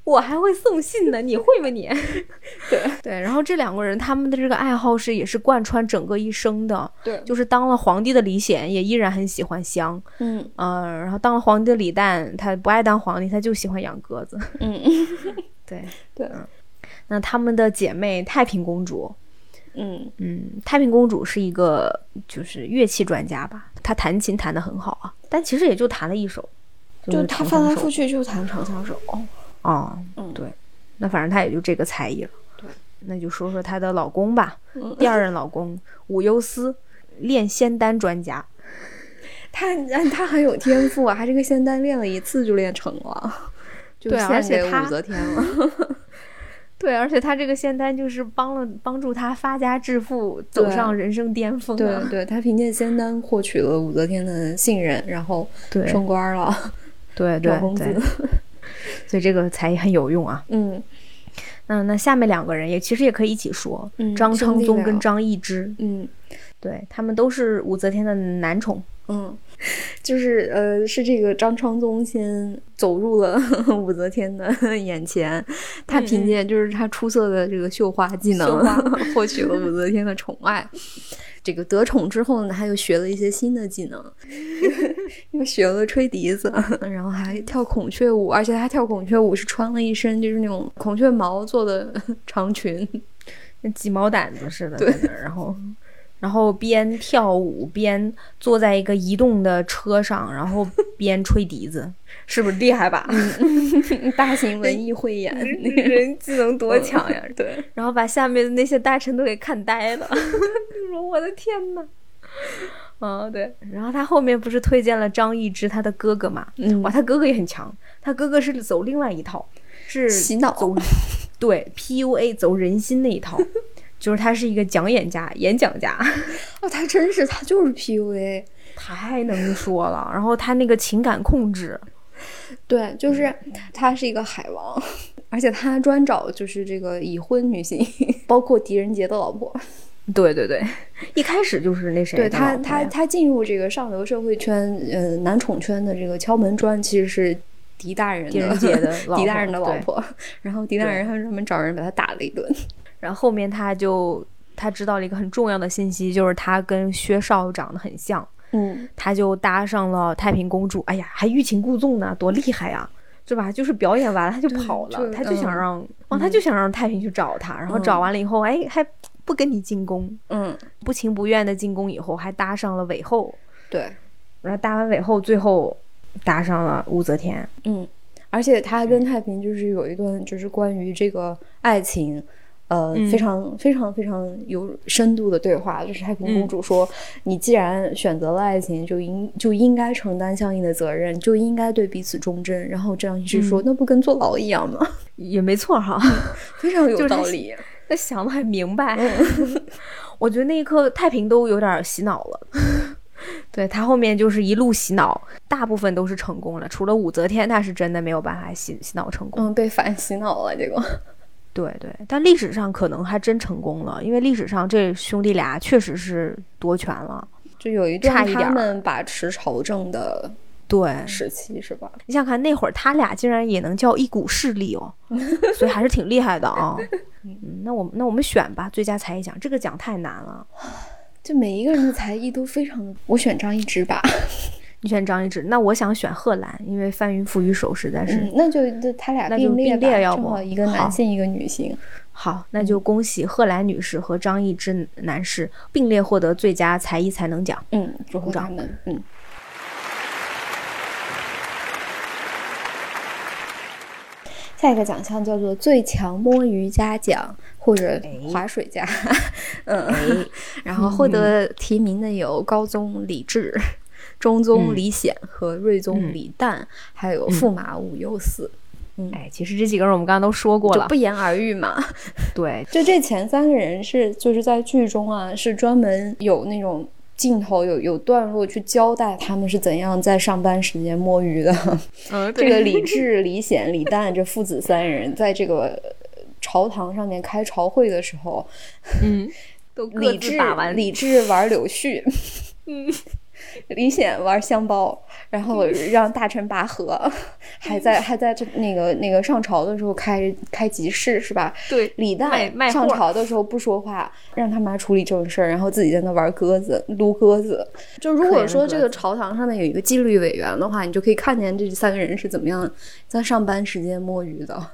我还会送信呢，你会吗你？” 对对，然后这两个人他们的这个爱好是也是贯穿整个一生的。 对，就是当了皇帝的李显也依然很喜欢香。嗯嗯、呃，然后当了皇帝的李旦，他不爱当皇帝，他就喜欢养鸽子。 嗯， 对对、嗯。那他们的姐妹太平公主，嗯嗯，太平公主是一个就是乐器专家吧，她弹琴弹得很好啊，但其实也就弹了一首，就她翻来覆去就弹长相手。哦，嗯，对，那反正她也就这个才艺了。对，那就说说她的老公吧，嗯、第二任老公武攸司，练仙丹专家。他他很有天赋啊，他这个仙丹练了一次就练成 了，就而且武则天了。对，而且他这个仙丹就是帮了帮助他发家致富，走上人生巅峰、啊。 对，对他凭借仙丹获取了武则天的信任，然后升官了，对对涨工资。 所以这个才很有用啊。嗯，那那下面两个人也其实也可以一起说，嗯、张昌宗跟张易之。嗯，对他们都是武则天的男宠。嗯，就是呃，是这个张昌宗先走入了 武则天的眼前，他凭借就是他出色的这个嗯绣花技能，嗯、获取了武则天的宠爱。这个得宠之后呢，他又学了一些新的技能， 又学了吹笛子，然后还跳孔雀舞， 而且他跳孔雀舞是穿了一身就是那种孔雀毛做的长裙。跟鸡毛掸子似的，对在那儿然后。然后边跳舞边坐在一个移动的车上，然 后边吹笛子，是不是厉害吧？ 大型文艺汇演，嗯人技能多强呀！对，然后把下面的那些大臣都给看呆了， 就说我的天呐。嗯，对。然后他后面不是推荐了张易之他的哥哥嘛？嗯哇，他哥哥也很强，他哥哥是走另外一套，是洗脑走对 PUA 走人心那一 套，就是他是一个讲演家、演讲家，哦，他真是他就是 PUA，太能说了。然后他那个情感控制，对，就是嗯他是一个海王，而且他专找就是这个已婚女性， 包括狄仁杰的老婆。对对对，一开始就是那谁的对他，老婆他呀他进入这个上流社会圈，呃，男宠圈的这个敲门砖其实是狄大人的狄仁杰 的老狄大婆人的老对婆， 然后狄大人还专门找人把他打了一顿。然后后面他就他知道了一个很重要的信息，就是他跟薛少长得很像，嗯，他就搭上了太平公主。哎呀，还欲擒故纵呢，多厉害呀、对吧？就是表演完了他就跑了，就他就想嗯让、哦，他就想让太平去找他，然后找完了以后，哎，还不跟你进宫，嗯，不情不愿的进宫以后，还搭上了韦后，对，然后搭完韦后，最后搭上了武则天。嗯，而且他跟太平就是有一段就是关于这个爱情。呃，嗯非常非常非常有深度的对话，就是太平嗯公主说：“你既然选择了爱情，就应就应该承担相应的责任，就应该对彼此忠贞。”然后张易之嗯说：“那不跟坐牢一样吗？” 也没错哈，非常就有是道他理。 那想的很明白。 我觉得那一刻太平都有点洗脑了。 对他后面就是一路洗脑，大部分都是成功了，除了武则天，他是真的没有办法洗洗脑成功。嗯，被反洗脑了，结果对对，但历史上可能还真成功了，因为历史上这兄弟俩确实是夺权了。就有一差段一点他儿们把持朝政的对，时期是吧？你想看那会儿他俩竟然也能叫一股势力 哦，所以还是挺厉害的 啊、嗯，那我们那我们选吧，最佳才艺奖，这个奖太难了。就每一个人的才艺都非常的，我选张一之吧。你选张一智，那我想选贺兰，因为翻云覆雨手实在是、嗯，那就那他俩那就列吧，并列要正不好一个好男性一个女性。好。那就恭喜贺兰女士和张易之男士并列获得最佳才艺才能奖。嗯，祝贺鼓掌他们。嗯，下一个奖项叫做最强摸鱼家奖或者哎划水家，嗯，然后获得嗯提名的有高宗李治、 中宗嗯李显和睿宗嗯李旦，还有驸马武攸嗣，哎，其实这几个人我们刚刚都说过就了不，言而喻嘛。对，就这前三个人是就是在剧中啊，是专门有那种镜头有有段落去交代他们是怎样在上班时间摸鱼的。 嗯，这个李治、李显、李旦这父子三人在这个。朝堂上面开朝会的时候，嗯，都各李自治打完李治玩柳絮， 嗯，李显玩香包，然后让大臣拔河， 还在还在这那个那个上朝的时候开开集市是吧？对李卖卖诞货上朝的时候不说话，让他妈处理正事儿，然后自己在那玩鸽子、撸鸽子。就如可怜果的说这个鸽子朝堂上面有一个纪律委员的话，你就可以看见这三个人是怎么样在上班时间摸鱼的。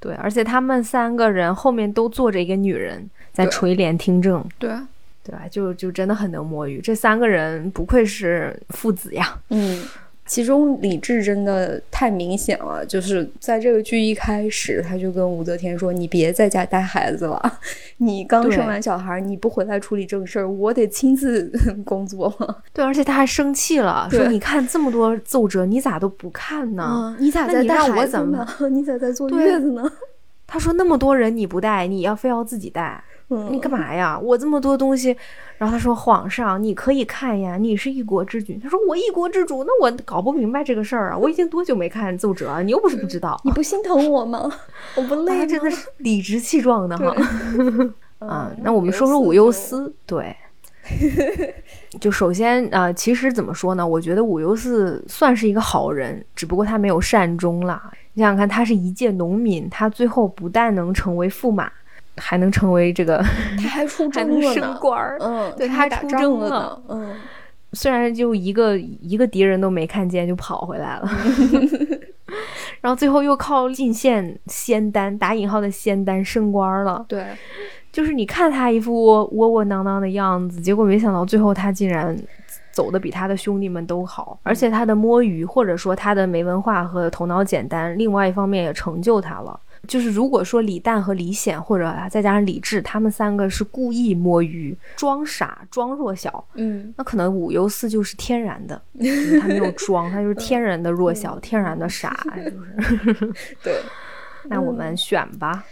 对，而且他们三个人后面都坐着一个女人在对垂帘听政，对，啊对吧？就就真的很能摸鱼，这三个人不愧是父子呀。嗯。其中李治真的太明显了，就是在这个剧一开始，他就跟武则天说：“你别在家带孩子了， 你刚对生完小孩，你不回来处理正事儿，我得亲自 工作。对，而且他还生气了，说对你看这么多奏折，你咋都不看呢？嗯，你咋那在你带让我孩子怎么呢？ 你咋在坐对月子呢？他说那么多人你不带，你要非要自己带，嗯你干嘛呀？我这么多东西。然后他说皇上，你可以看呀，你是一国之君。他说我一国之主，那我搞不明白这个事儿啊，我已经多久没看奏折了，你又不是不知道。你不心疼我吗？我不累他吗？嗯真的是理直气壮的哈。 啊，那我们说说武武攸攸嗣嗣，对。就首先，呃，其实怎么说呢？我觉得武攸嗣算是一个好人，只不过他没有善终啦。你想想看，他是一介农民，他最后不但能成为驸马，还能成为这个，他还出 还征能了升呢。官儿。嗯，对他他还打出仗征了了呢。嗯，虽然就一个一个敌人都没看见就跑回来 了， 然后最后又靠进献仙丹（打引号的仙丹）升官儿了。对，就是你看他一副窝窝窝囊囊的样子，结果没想到最后他竟然走的比他的兄弟们都好，而嗯且他的摸鱼或者说他的没文化和头脑简单，另外一方面也成就他了。就是如果说李诞和李显，或者啊再加上李治，他们三个是故意摸鱼、装傻、装弱小，嗯，那可能五游四就是天然的，就是他没 有装，他就是天然的弱嗯小、天然的傻，就是。对。那我嗯们选吧，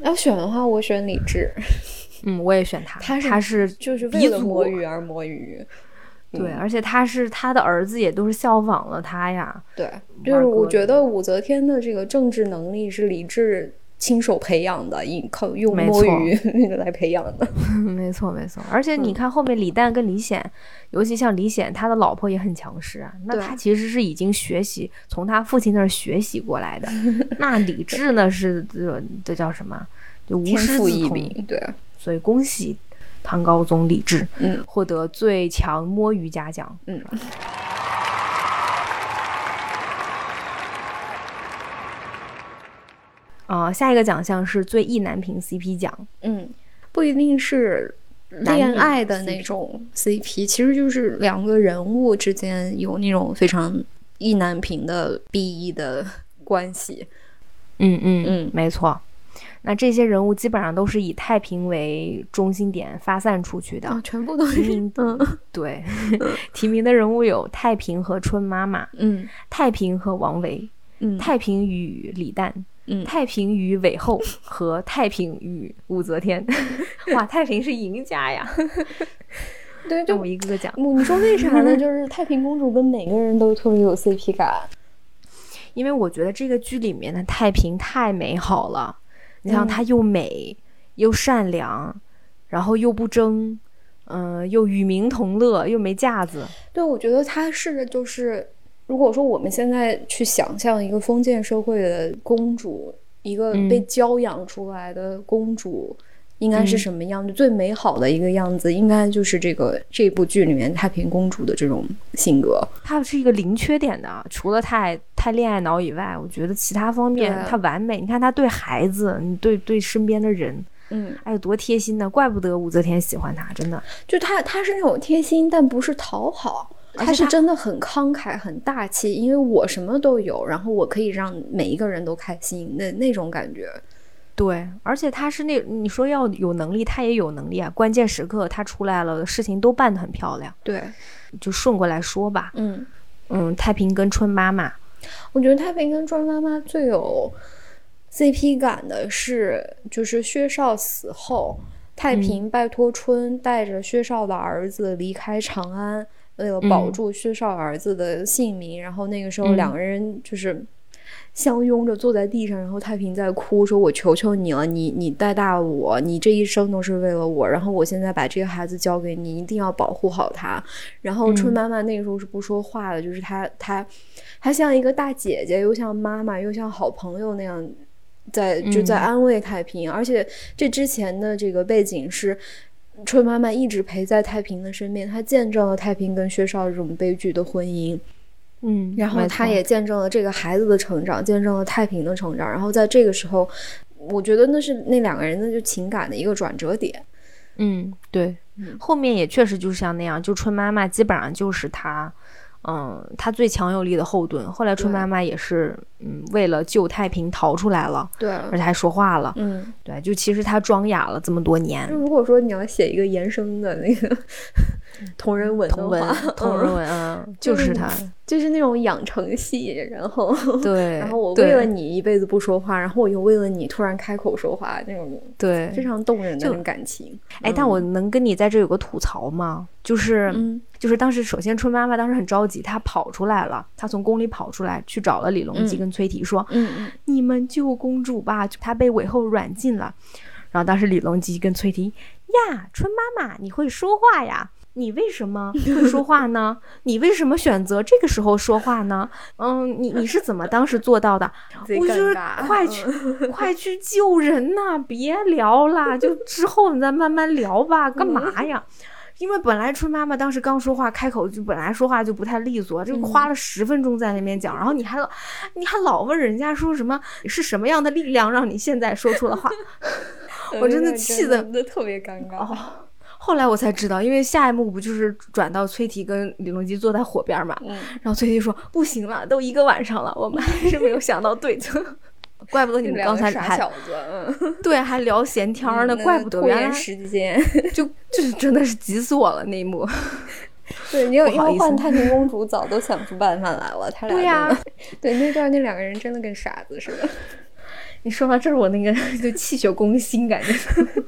要选的话，我选李治，嗯，我也选他，他是他是就是为鼻了祖啊摸鱼而摸鱼。嗯对，而且他是他的儿子也都是效仿了他 呀，对，就是玩过我的觉得武则天的这个政治能力是李治亲手培养的，以靠用没摸错鱼 来培养的。没错没错。而且嗯你看后面李诞跟李显，尤其像李显，他的老婆也很强势啊，那对他其实是已经学习从他父亲那儿学习过来 的。那李治呢是这这叫什么？就无天师赋自异通，禀，对，所以恭喜唐高宗李治嗯获得最强摸鱼家奖。嗯。啊、下一个奖项是最意难平 CP 奖。嗯，不一定是男恋女爱的那 CP 种 CP，其实就是两个人物之间有那种非常意难平的 BE 的关系。嗯嗯嗯没错。那这些人物基本上都是以太平为中心点发散出去的。啊，全部都提是，名嗯 对，提名的人物有太平和春妈妈，嗯太平和王维，嗯，太平与李诞，嗯太平与韦后和太平与武则 天。哇，太平是赢家 呀！对，让就我一个个讲，你说为啥 呢？就是太平公主跟每个人都特别有 CP 感。因为我觉得这个剧里面的太平太美好了。你想，嗯她又美、又善良，然后又不争，嗯、又与民同乐，又没架子。对，我觉得她是就是，如果说我们现在去想象一个封建社会的公主，一个嗯被教养出来的公主。应该是嗯什么样子？最美好的一个样子，应该就是这个这部剧里面太平公主的这种性格。她是一个零缺点的，除了太太恋爱脑以外，我觉得其他方面对她完美。你看她对孩子，你对对身边的人，嗯，哎，有多贴心呢！怪不得武则天喜欢她，真的。就她，她是那种贴心，但不是讨好，而且她是她真的很慷慨、很大气，因为我什么都有，然后我可以让每一个人都开心的那种感觉。对，而且她是那你说要有能力，她也有能力啊。关键时刻她出来了，事情都办得很漂亮。对，就顺过来说吧，嗯，嗯，太平跟春妈妈，我觉得太平跟庄妈妈最有 CP 感的是，就是薛少死后，嗯太平拜托春带着薛少的儿子离开长安，为了保嗯住薛少儿子的性命。然后那个时候嗯两个人就是。相拥着坐在地上，然后太平在哭，说：“我求求你了，你你带大我，你这一生都是为了我。然后我现在把这个孩子交给你，一定要保护好他。”然后春嗯妈妈那个时候是不说话的，就是她她她像一个大姐姐，又像妈妈，又像好朋友那样，在就在嗯安慰太平。而且这之前的这个背景是。春妈妈一直陪在太平的身边，她见证了太平跟薛少这种悲剧的婚姻，嗯，然后没她错也见证了这个孩子的成长，见证了太平的成长。然后在这个时候，我觉得那是那两个人的就情感的一个转折点。嗯，对嗯，后面也确实就是像那样，就春妈妈基本上就是她，嗯，她最强有力的后盾。后来春对妈妈也是，嗯，为了救太平逃出来了，对，而且还说话了。嗯，对，就其实她装哑了这么多年就。如果说你要写一个延伸的那个同人文的 同文话，，同人嗯文啊，就就是是她。就是那种养成系，然后对，然后我对为了，你一辈子不说话，然后我又为了你突然开口说话，那种对非，常动人的就那种感情。哎，但我能跟你在这有个吐槽吗？就是，嗯就是当时首先春妈妈当时很着急，她跑出来了，她从宫里跑出来去找了李隆基嗯跟崔堤说，嗯嗯，你们救公主吧，就她被韦后软禁了。然后当时李隆基跟崔堤呀，春妈妈，你会说话呀？你为什么会说话呢？你为什么选择这个时候说话呢？嗯，你你是怎么当时做到的？贼我就尴是尬嗯快去、快去救人呐、别聊啦， 就之后你再慢慢聊吧，干嗯嘛呀？因为本来春妈妈当时刚说话，开口就本来说话就不太利索，嗯就花了十分钟在那边讲，然后你还老 你还老问人家说什么是什么样的力量让你现在说出了话， 我真的气得的嗯哎真的特别尴尬。哦。后来我才知道，因为下一幕不就是转到崔提跟李隆基坐在火边嘛，嗯，然后崔提说不行了，都一个晚上了，我们还是没有想到对策， 怪不得你们两刚个才傻还小子，嗯，对还聊闲天儿呢，嗯怪不得拖原延来时间。 就就真的是急死我了那一幕。 对，你要不好要意思换太平公主，早都想出办法来了。他俩对呀真的 对那段那两个人真的跟傻子似的。你说到这儿，我那个 就气血攻心，感觉。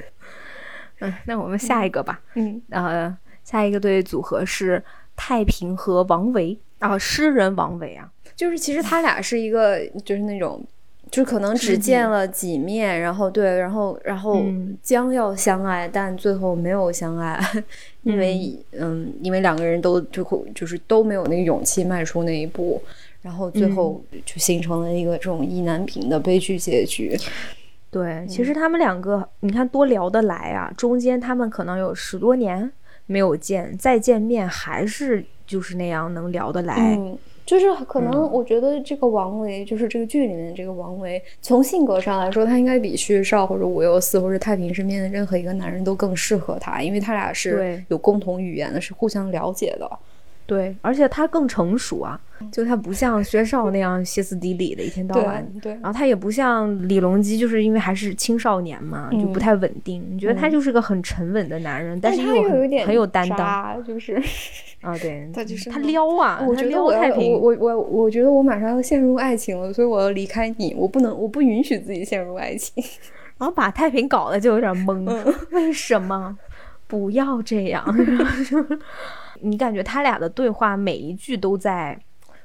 嗯，那我们下一个吧。嗯，呃，下一个对组合是太平和王维啊，诗人王维啊。就是其实他俩是一个，就是那种，就是可能只知己见了几面，然后对，然后然后嗯将要相爱，但最后没有相爱， 因为嗯因为两个人都就会就是都没有那个勇气迈出那一步。然后最嗯后就形成了一个这种意难平的悲剧结局。对，其实嗯他们两个，你看多聊得来啊，中间他们可能有十多年没有见，再见面还是就是那样能聊得来。嗯，就是可能我觉得这个王维，就是这个剧里面这个王维，从性格上来说，他应该比薛少或者武攸四或者太平身边的任何一个男人都更适合他，因为他俩是对有共同语言的，是互相了解的。对，而且他更成熟啊，就他不像薛少那样歇斯底里的，一天到对晚对然后他也不像李隆基，就是因为还是青少年嘛，就不嗯太稳定。你觉得他就是个很沉稳的男人，但是他又又有一很点很有担当渣，就是。啊，对，他就是他那种撩啊，我他觉得撩我要太平，我我我我觉得我马上要陷入爱情了，所以我要离开你，我不能，我不允许自己陷入爱情。然后把太平搞得就有点懵，嗯为什么不要这 样？然后就你感觉他俩的对话每一句都在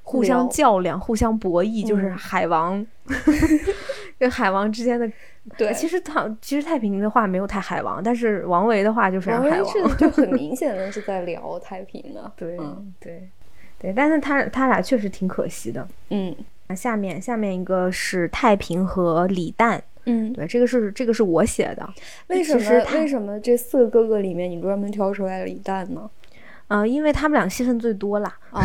互相聊较量、互相博弈，就是嗯海 王跟海王之间的。对，其实他其实太平的话没有太海王，但是王维的话就是王维海 王。是就很明显的是在聊太平的。对、嗯对对，但是他他俩确实挺可惜的。嗯那下面下面一个是太平和李诞，嗯，对，这个是这个是我写的，为什其实么他为什么这四个哥哥里面你专门挑出来了李诞呢？嗯、因为他们俩戏份最多啦。哦，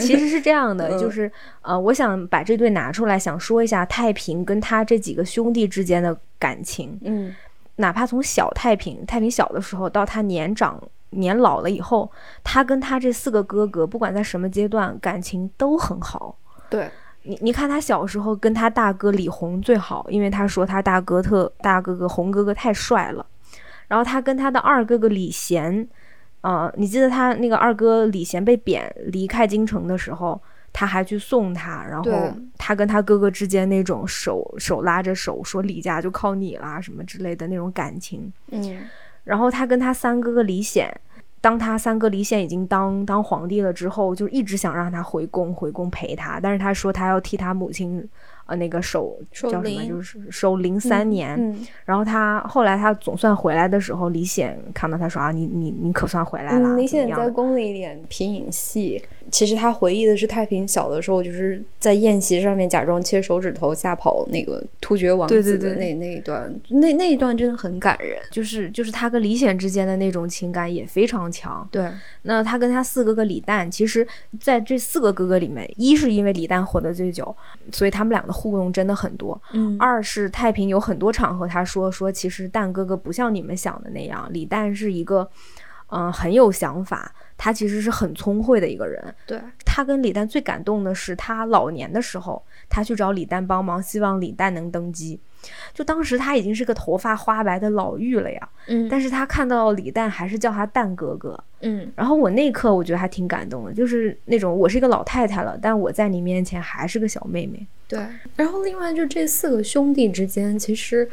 其实是这样的，嗯就是呃，我想把这对拿出来，想说一下太平跟他这几个兄弟之间的感情， 嗯哪怕从小太平，太平小的时候到他年长。年老了以后，他跟他这四个哥哥，不管在什么阶段，感情都很好。对，你你看他小时候跟他大哥李红最好，因为他说他大哥特大哥哥红哥哥太帅了。然后他跟他的二哥哥李贤，呃，你记得他那个二哥李贤被贬离开京城的时候，他还去送他，然后对他跟他哥哥之间那种手手拉着手说李家就靠你啦什么之类的那种感情。嗯然后他跟他三哥哥李显，当他三哥李显已经当当皇帝了之后，就一直想让他回宫，回宫陪他，但是他说他要替他母亲，呃，那个守守叫什么，灵就是守灵三年。嗯，然后他后来他总算回来的时候，李显看到他说啊，你你你可算回来了，嗯李怎么显样在的宫里演皮影戏，其实他回忆的是太平小的时候，就是在宴席上面假装切手指头吓跑那个突厥王对子对的那对那一段，那那一段真的很感人。就是就是他跟李显之间的那种情感也非常强。对，那他跟他四哥哥李诞，其实在这四个哥哥里面，一是因为李诞活得最久，所以他们俩的互动真的很多。嗯二是太平有很多场合他说说，其实蛋哥哥不像你们想的那样，李诞是一个，嗯、很有想法，他其实是很聪慧的一个人。对，他跟李诞最感动的是，他老年的时候，他去找李诞帮忙，希望李诞能登基。就当时他已经是个头发花白的老妪了呀，嗯但是他看到李诞还是叫他蛋哥哥。嗯然后我那一刻我觉得还挺感动的，就是那种我是一个老太太了，但我在你面前还是个小妹妹。对，然后另外就这四个兄弟之间，其实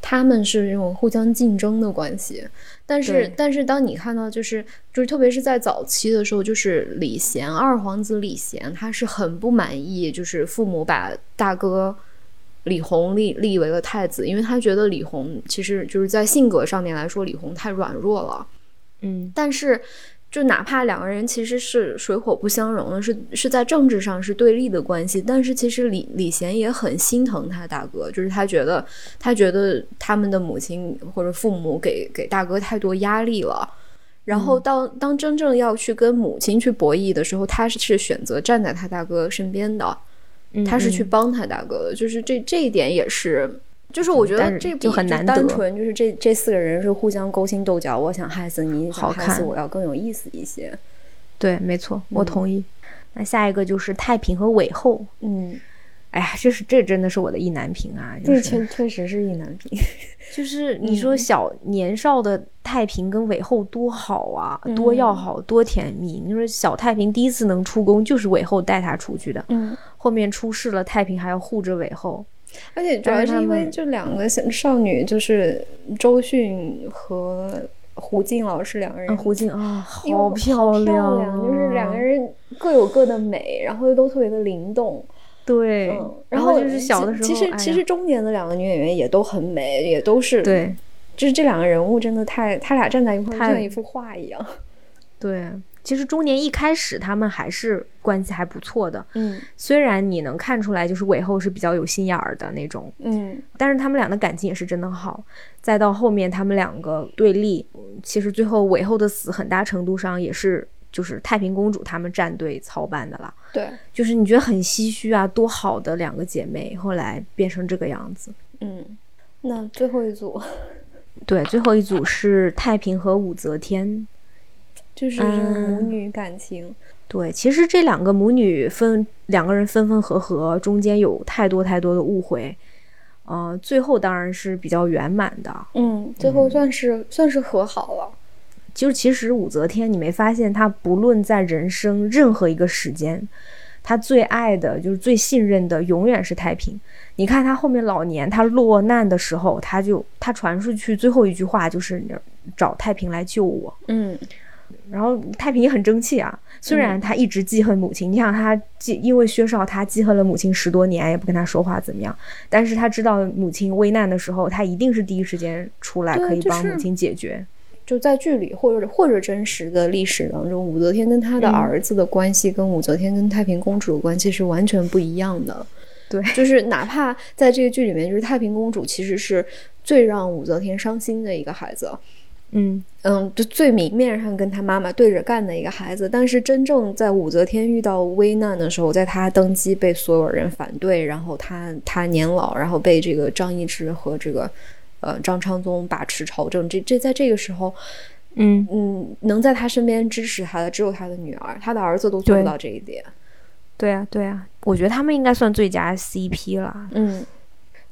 他们是这种互相竞争的关系。但是对，但是当你看到就是就是，特别是在早期的时候，就是李贤二皇子李贤，他是很不满意，就是父母把大哥。李弘立立为了太子，因为他觉得李弘其实就是在性格上面来说，李弘太软弱了。嗯，但是，就哪怕两个人其实是水火不相容的，是是在政治上是对立的关系，但是其实李李贤也很心疼他大哥，就是他觉得他觉得他们的母亲或者父母给给大哥太多压力了。然后当当真正要去跟母亲去博弈的时候，他是是选择站在他大哥身边的，他是去嗯帮他大哥的，就是这这一点也是就是我觉但是得这就比很难单得纯就是这这四个人是互相勾心斗角，我想害死你，你想好害看嗯死我，要更有意思一些。对，没错，我同意。那下一个就是太平和韦后。嗯，哎呀，这是这真的是我的意难平啊！就这是嗯确确实是意难平。就是你说小年少的太平跟韦后多好啊，嗯多要好，多甜蜜。你说小太平第一次能出宫，就是韦后带他出去的， 嗯，后面出事了，太平还要护着韦后。而且主但要是是他因为们就两个小少女，就是周迅和胡静老师两个人，嗯，胡静啊，因为好好漂亮啊，就是两个人各有各的美，然后又都特别的灵动。对嗯，，然后就是小的时候，其实哎其呀实中年的两个女演员也都很美，也都是，对就是这两个人物真的太，他俩站在一块儿就太像一幅画一样。对，其实中年一开始他们还是关系还不错的，嗯虽然你能看出来就是韦后是比较有心眼儿的那种，嗯但是他们俩的感情也是真的好。再到后面他们两个对立，嗯其实最后韦后的死很大程度上也是就是太平公主他们站队操办的啦，对，就是你觉得很唏嘘啊，多好的两个姐妹，后来变成这个样子。嗯。那最后一组对，最后一组是太平和武则天。就是嗯母女感情，对，其实这两个母女分两个人分分合合，中间有太多太多的误会，呃，最后当然是比较圆满的。嗯，最后算是、算是和好了，就是其实武则天，你没发现她不论在人生任何一个时间，她最爱的就是最信任的永远是太平。你看她后面老年她落难的时候，她就她传出去最后一句话就是找太平来救我。嗯，然后太平也很争气啊，虽然他一直记恨母亲，你想他记，因为薛少他记恨了母亲十多年，也不跟他说话怎么样，但是他知道母亲危难的时候，他一定是第一时间出来对可以就帮是母亲解决。就在剧里或者或者真实的历史当中，武则天跟她的嗯儿子的关系跟武则天跟太平公主的关系是完全不一样的。对就是哪怕在这个剧里面，就是太平公主其实是最让武则天伤心的一个孩子，嗯，嗯，就最明面上跟她妈妈对着干的一个孩子。但是真正在武则天遇到危难的时候，在她登基被所有人反对，然后她她年老，然后被这个张易之和这个呃张昌宗把持朝政，这这在这个时候。嗯，嗯，能在他身边支持他的只有他的女儿，他的儿子都做不对到这一点。对啊，对啊，我觉得他们应该算最佳 CP 了。嗯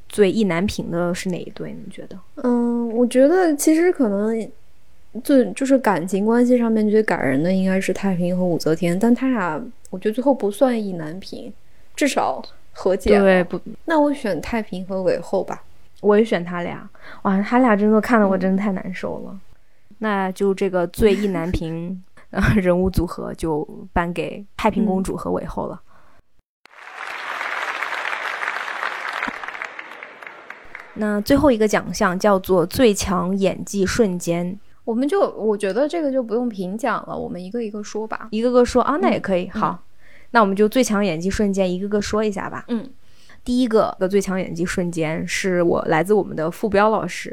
最意难平的是哪一对？你觉得？嗯，我觉得其实可能最就是感情关系上面最感人的应该是太平和武则天，但他俩我觉得最后不算意难平，至少和解了。不，那我选太平和韦后吧。我也选他俩。哇，他俩真的看得我真的太难受了。那就这个最意难平呃人物组合就颁给太平公主和韦后了。那最后一个奖项叫做最强演技瞬间，我们就我觉得这个就不用评奖了，我们一个一个说吧。一个个说啊，那也可以。好，那我们就最强演技瞬间一个个说一下吧。嗯，第一个的最强演技瞬间是我来自我们的傅彪老师，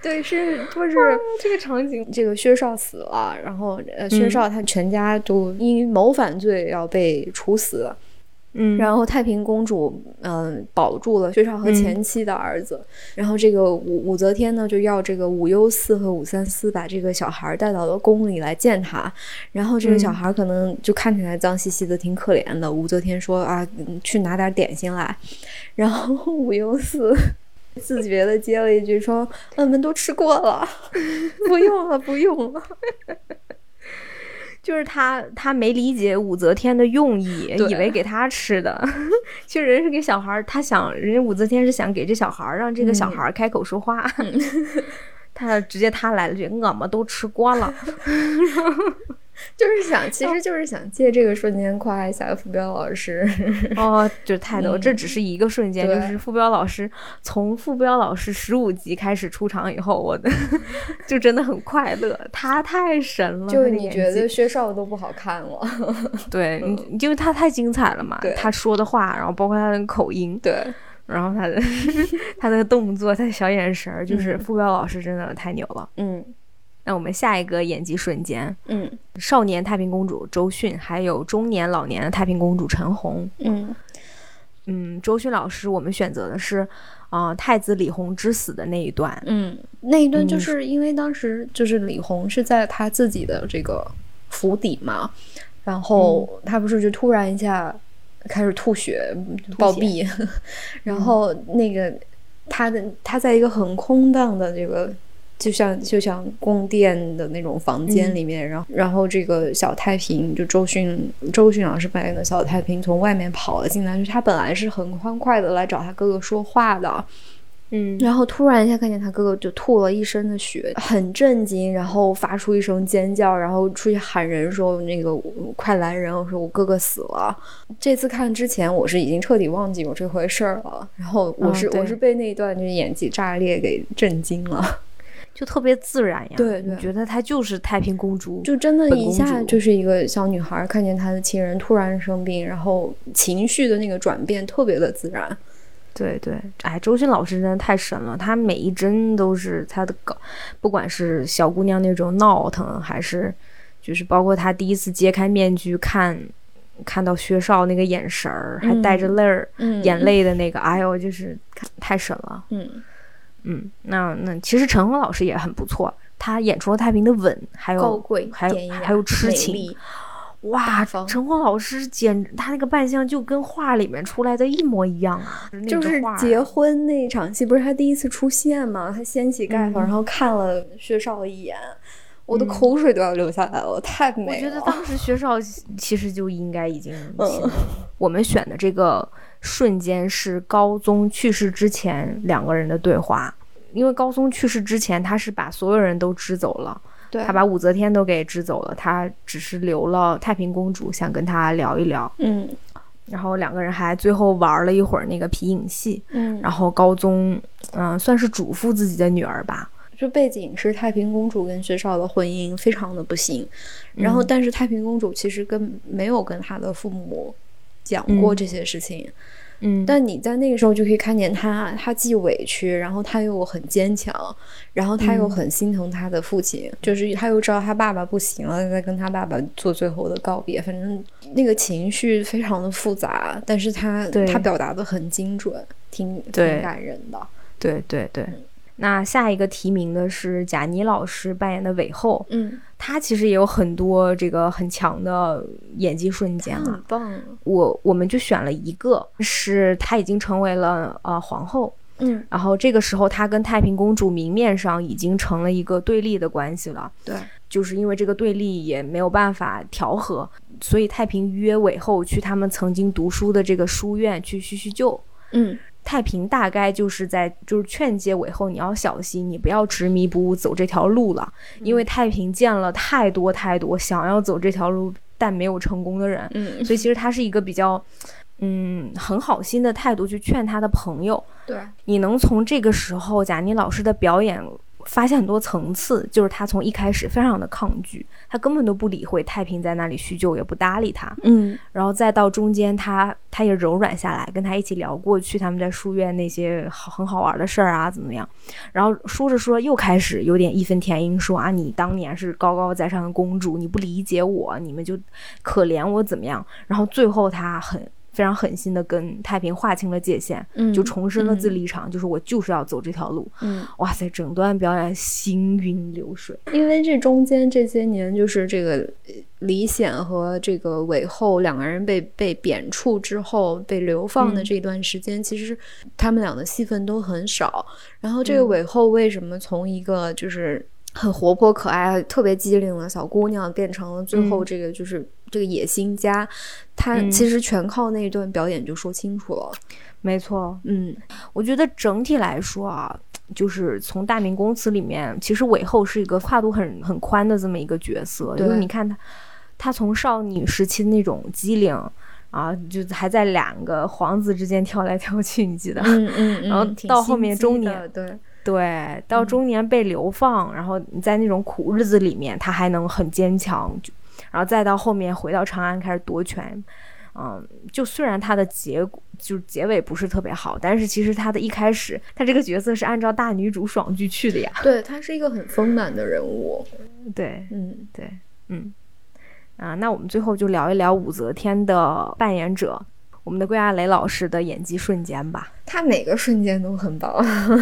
对，是就是这个场景这个薛少死了，然后呃，薛嗯少他全家都因谋反罪要被处死，嗯，然后太平公主嗯、呃保住了薛少和前妻的儿子，然后这个武武则天呢就要这个武攸嗣和武三思把这个小孩儿带到了宫里来见他，然后这个小孩儿可能就看起来脏兮兮的，挺可怜的。武则天说啊，嗯去拿点点心来，然后武攸嗣。 自觉的接了一句说：“我们都吃过了， 不用了，不用了。就是他，他没理解武则天的用意，对以为给他吃的。 其实人是给小孩儿，他想人家武则天是想给这小孩儿，让这个小嗯孩儿开口说话。 他直接他来了句：“我们都吃光 了。就是想，其实就是想借这个瞬间夸一下傅彪老师。”哦，就太逗了！嗯这只是一个瞬间，对就是傅彪老师从傅彪老师十五集开始出场以后，我 的就真的很快乐，他太神了。他就的你演觉技得薛少都不好看了， 对，你因为他太精彩了嘛对，他说的话，然后包括他的口音，对，然后他的 他的动作，他的小眼神儿，就是傅彪老师真的太牛了。嗯那我们下一个演技瞬间，嗯少年太平公主周迅，还有中年老年的太平公主陈红。嗯，嗯，周迅老师，我们选择的是，啊、太子李弘之死的那一段。嗯，那一段就嗯是因为当时就是李红是在他自己的这个府邸嘛，然后他不是就突然一下开始吐血嗯暴毙， 然后那个他的他在一个很空荡的这个。就像就像宫殿的那种房间里面，然后然后这个小太平就周迅周迅老师扮演的小太平从外面跑了进来，就是他本来是很欢快的来找他哥哥说话的，嗯然后突然一下看见他哥哥就吐了一身的血，很震惊，然后发出一声尖叫，然后出去喊人说那个快来人，我说我哥哥死了。这次看之前我是已经彻底忘记有这回事儿了，然后我嗯是、我对是被那一段就是演技炸裂给震惊 了，就特别自然呀。对对你觉得她就是太平公主，就真的本一公下主就是一个小女孩看见她的亲人突然生病，然后情绪的那个转变特别的自然，对对，哎，周迅老师真的太神了，她每一帧都是她的搞，不管是小姑娘那种闹腾，还是就是包括她第一次揭开面具看看到薛少那个眼神儿，还带着泪儿、嗯眼，泪的那个，哎呦，就是看太神了。嗯嗯，那那其实陈红老师也很不错，她演出了太平的稳，还有高贵还典有雅还有痴美情，丽大哇方，陈红老师简直她那个扮相就跟画里面出来的一模一样啊，那就个是画儿结婚那场戏，不是他第一次出现吗？他掀起盖头，嗯然后看了薛少一眼，我的嗯口水都要流下来了，太美了。我觉得当时薛少其实就应该已经嗯醒了。我们选的这个瞬间是高宗去世之前两个人的对话，因为高宗去世之前他是把所有人都支走了，对，他把武则天都给支走了，他只是留了太平公主想跟他聊一聊，嗯然后两个人还最后玩了一会儿那个皮影戏，嗯，然后高宗嗯、算是嘱咐自己的女儿吧，就背景是太平公主跟薛少的婚姻非常的不幸，嗯然后但是太平公主其实跟没有跟她的父母讲过嗯这些事情，嗯，但你在那个时候就可以看见他，他既委屈，然后他又很坚强，然后他又嗯很心疼他的父亲，就是他又知道他爸爸不行了，在跟他爸爸做最后的告别。反正那个情绪非常的复杂，但是他对他表达的很精准，挺挺对感人的。对对对。那下一个提名的是贾妮老师扮演的韦后，嗯，她其实也有很多这个很强的演技瞬间啊。很棒。我我们就选了一个，是她已经成为了呃皇后，嗯，然后这个时候她跟太平公主明面上已经成了一个对立的关系了，对，就是因为这个对立也没有办法调和，所以太平约韦后去他们曾经读书的这个书院去叙叙旧。嗯太平大概就是在就是劝诫韦后你要小心，你不要执迷不悟走这条路了，因为太平见了太多太多想要走这条路但没有成功的人，嗯， 所以其实他是一个比较，嗯，很好心的态度去劝他的朋友。对，你能从这个时候贾妮老师的表演发现很多层次，就是他从一开始非常的抗拒，他根本都不理会太平在那里叙旧，也不搭理他。嗯然后再到中间他，他也柔软下来，跟他一起聊过去他们在书院那些好很好玩的事儿啊，怎么样？然后说着说着又开始有点义愤填膺，说啊，你当年是高高在上的公主，你不理解我，你们就可怜我怎么样？然后最后他很非常狠心的跟太平划清了界限，嗯，就重申了自立场，就是我就是要走这条路。嗯。哇塞，整段表演行云流水，因为这中间这些年，就是这个呃李显和这个韦后两个人被被贬黜之后被流放的嗯这段时间，其实他们俩的戏份都很少。然后这个嗯韦后为什么从一个就是很活泼可爱、特别机灵的小姑娘，变成了最后嗯这个就是、这个野心家？她嗯其实全靠那一段表演就说清楚了。没错，哦嗯我觉得整体来说啊，就是从大明宫词里面，其实韦后是一个跨度很很宽的这么一个角色。对就是你看她，她从少女时期那种机灵啊，就还在两个皇子之间跳来跳去，你记得？嗯 嗯，然后嗯挺到后心面机中的年对，对，到中年被流放，然后你在那种苦日子里面，她还能很坚强，就然后再到后面回到长安开始夺权。嗯，就虽然她的结果就是结尾不是特别好，但是其实她的一开始，她这个角色是按照大女主爽剧去的呀。 对她是一个很丰满的人物。对嗯。对，嗯，啊，那我们最后就聊一聊武则天的扮演者。我们的桂亚雷老师的演技瞬间吧。他每个瞬间都很棒，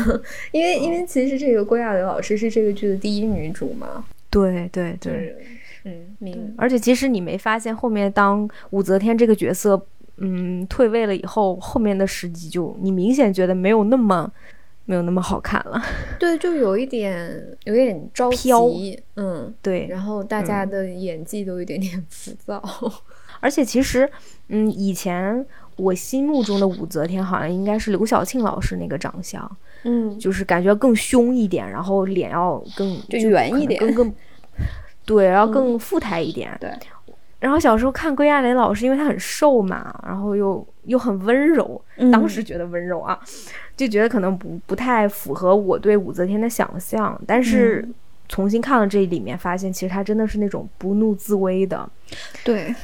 因为因为其实这个桂亚雷老师是这个剧的第一女主嘛，对对就对，是嗯，明而且其实你没发现后面当武则天这个角色，嗯，退位了以后，后面的十集就你明显觉得没有那么没有那么好看了。 对，就有一点有一点着飘急，嗯，对，然后大家的演技都有一点点浮躁，而且其实，嗯，以前我心目中的武则天好像应该是刘晓庆老师那个长相， 嗯，就是感觉更凶一点，然后脸要更就圆可一能点 嗯更更对，然后更富态一点。对。然后小时候看归亚蕾老师，因为她很瘦嘛，然后又又很温柔，嗯当时觉得温柔啊，就觉得可能不不太符合我对武则天的想象。但嗯是重新看了这里面，发现其实她真的是那种不怒自威的，对，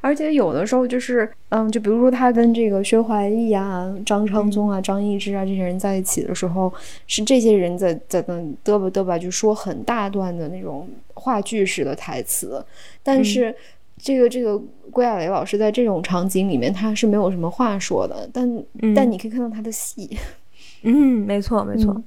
而且有的时候就是，嗯，就比如说他跟这个薛怀义啊、张昌宗啊、张易之啊这些人在一起的时候，是这些人在在那嘚吧嘚吧，就说很大段的那种话剧式的台词，但是。这个这个郭亚蕾老师在这种场景里面，他是没有什么话说的，但、但嗯你可以看到他的戏，嗯，没错，没错。嗯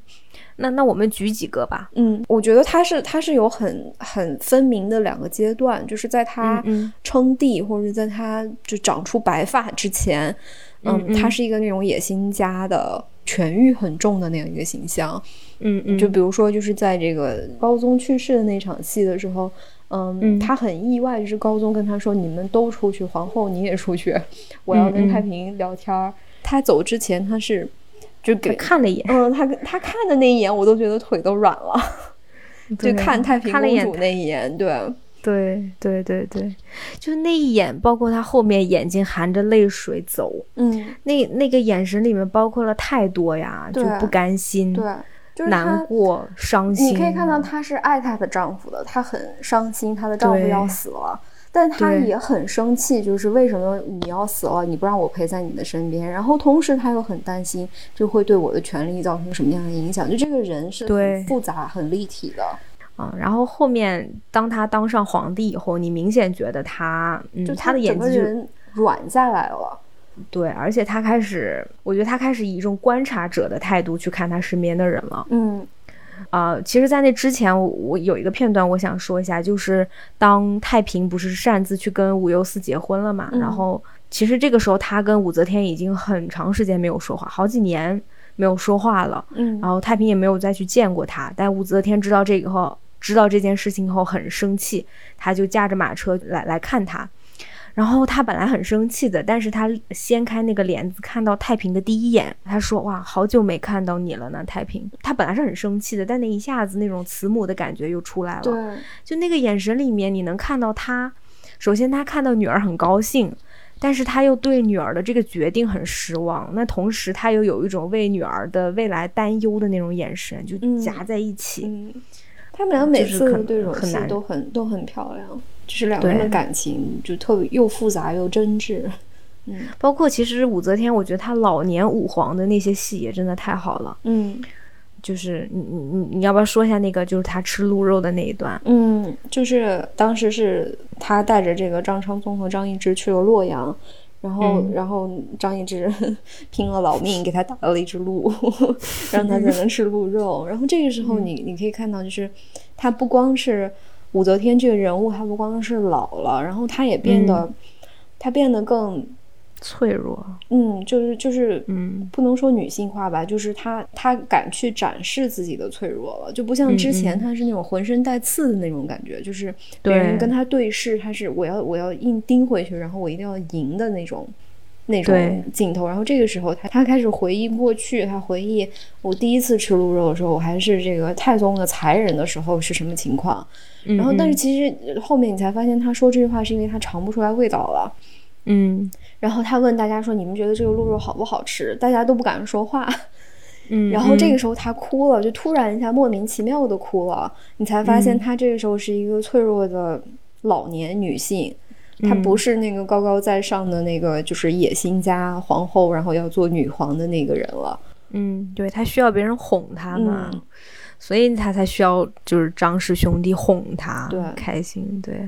那那我们举几个吧。嗯，我觉得他是他是有很很分明的两个阶段，就是在他嗯嗯称帝、或者是在他就长出白发之前，嗯，嗯嗯他是一个那种野心家的权欲很重的那样一个形象。嗯嗯，就比如说，就是在这个高宗去世的那场戏的时候。嗯，嗯他很意外，就是高宗跟他说：“你们都出去，皇后你也出去， 我要嗯跟嗯太平聊天儿。他走之前，他是就他给看了一眼，嗯，他跟他看的那一眼，我都觉得腿都软了。就对看太平看了一公眼主那一眼，对，对对对对，就那一眼，包括他后面眼睛含着泪水走，嗯，那那个眼神里面包括了太多呀，对就不甘心、对，就是难她，过、伤心。你可以看到她是爱她的丈夫的，她很伤心，她的丈夫对要死了，但她对也很生气，就是为什么你要死了，你不让我陪在你的身边，然后同时她又很担心，就会对我的权利造成什么样的影响，就这个人是对很复杂、很立体的，啊，然后后面当他当上皇帝以后，你明显觉得他，嗯，就他的她演整个技就人软下来了。对，而且他开始，我觉得他开始以一种观察者的态度去看他身边的人了。嗯啊、其实，在那之前，我我有一个片段，我想说一下，就是当太平不是擅自去跟武攸司结婚了嘛，嗯然后其实这个时候他跟武则天已经很长时间没有说话，好几年没有说话了，嗯然后太平也没有再去见过他，但武则天知道这个后，知道这件事情后很生气，他就驾着马车来来看他。然后他本来很生气的，但是他掀开那个帘子，看到太平的第一眼，他说：“哇，好久没看到你了呢，太平。”他本来是很生气的，但那一下子那种慈母的感觉又出来对了。，就那个眼神里面，你能看到他，首先他看到女儿很高兴，但是他又对女儿的这个决定很失望。那同时，他又有一种为女儿的未来担忧的那种眼神，就嗯夹在一起。嗯，他们俩每就是次的很对手很戏难都很都很漂亮，就是两个人的对感情就特别又复杂又 真挚。包括其实武则天，我觉得她老年武皇的那些戏也真的太好了。嗯就是你你你你要不要说一下那个，就是她吃鹿肉的那一段？ 嗯，就是当时是他带着这个张昌宗和张易之去了洛阳。然后，嗯然后张易之 拼了老命给他打了一只鹿， 让他才能吃鹿肉。 然后这个时嗯候你，你可以看到，就是他不光是武则天这个人物，他不光是老了，然后他也嗯变得，他变得更脆弱，嗯，就是就是，嗯，不能说女性化吧，就是她她敢去展示自己的脆弱了，就不像之前嗯嗯她是那种浑身带刺的那种感觉，就是别人对跟她对视，她是我要我要硬盯回去，然后我一定要赢的那种。那种对镜头，然后这个时候她她开始回忆过去，她回忆我第一次吃鹿肉的时候，我还是这个太宗的才人的时候是什么情况。嗯然后，但是其实呃后面你才发现，她说这句话是因为她尝不出来味道了。嗯然后他问大家说：“你们觉得这个鹿肉好不好吃？”大家都不敢说话。嗯， 然后这嗯个时候他哭了，就突然一下莫名其妙的哭了。你才发嗯现他这个时候是一个脆弱的老年女性，她嗯不是那个高高在上的那个就是野心家皇后，然后要做女皇的那个人 了。嗯，对他需要别人哄他嘛，嗯所以他才需要就是张氏兄弟哄他，对开心，对，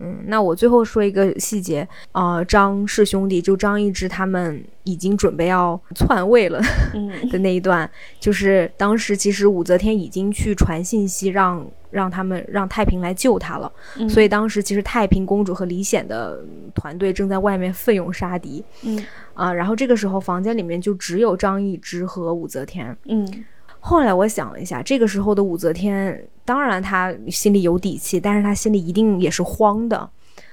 嗯，那我最后说一个细节啊、呃张氏兄弟就张易之他们已经准备要篡位了 嗯的那一段，就是当时其实武则天已经去传信息让让他们让太平来救他了，嗯所以当时其实太平公主和李显的嗯团队正在外面奋勇杀敌嗯啊、然后这个时候房间里面就只有张易之和武则天，嗯后来我想了一下，这个时候的武则天，当然她心里有底气，但是她心里一定也是慌的，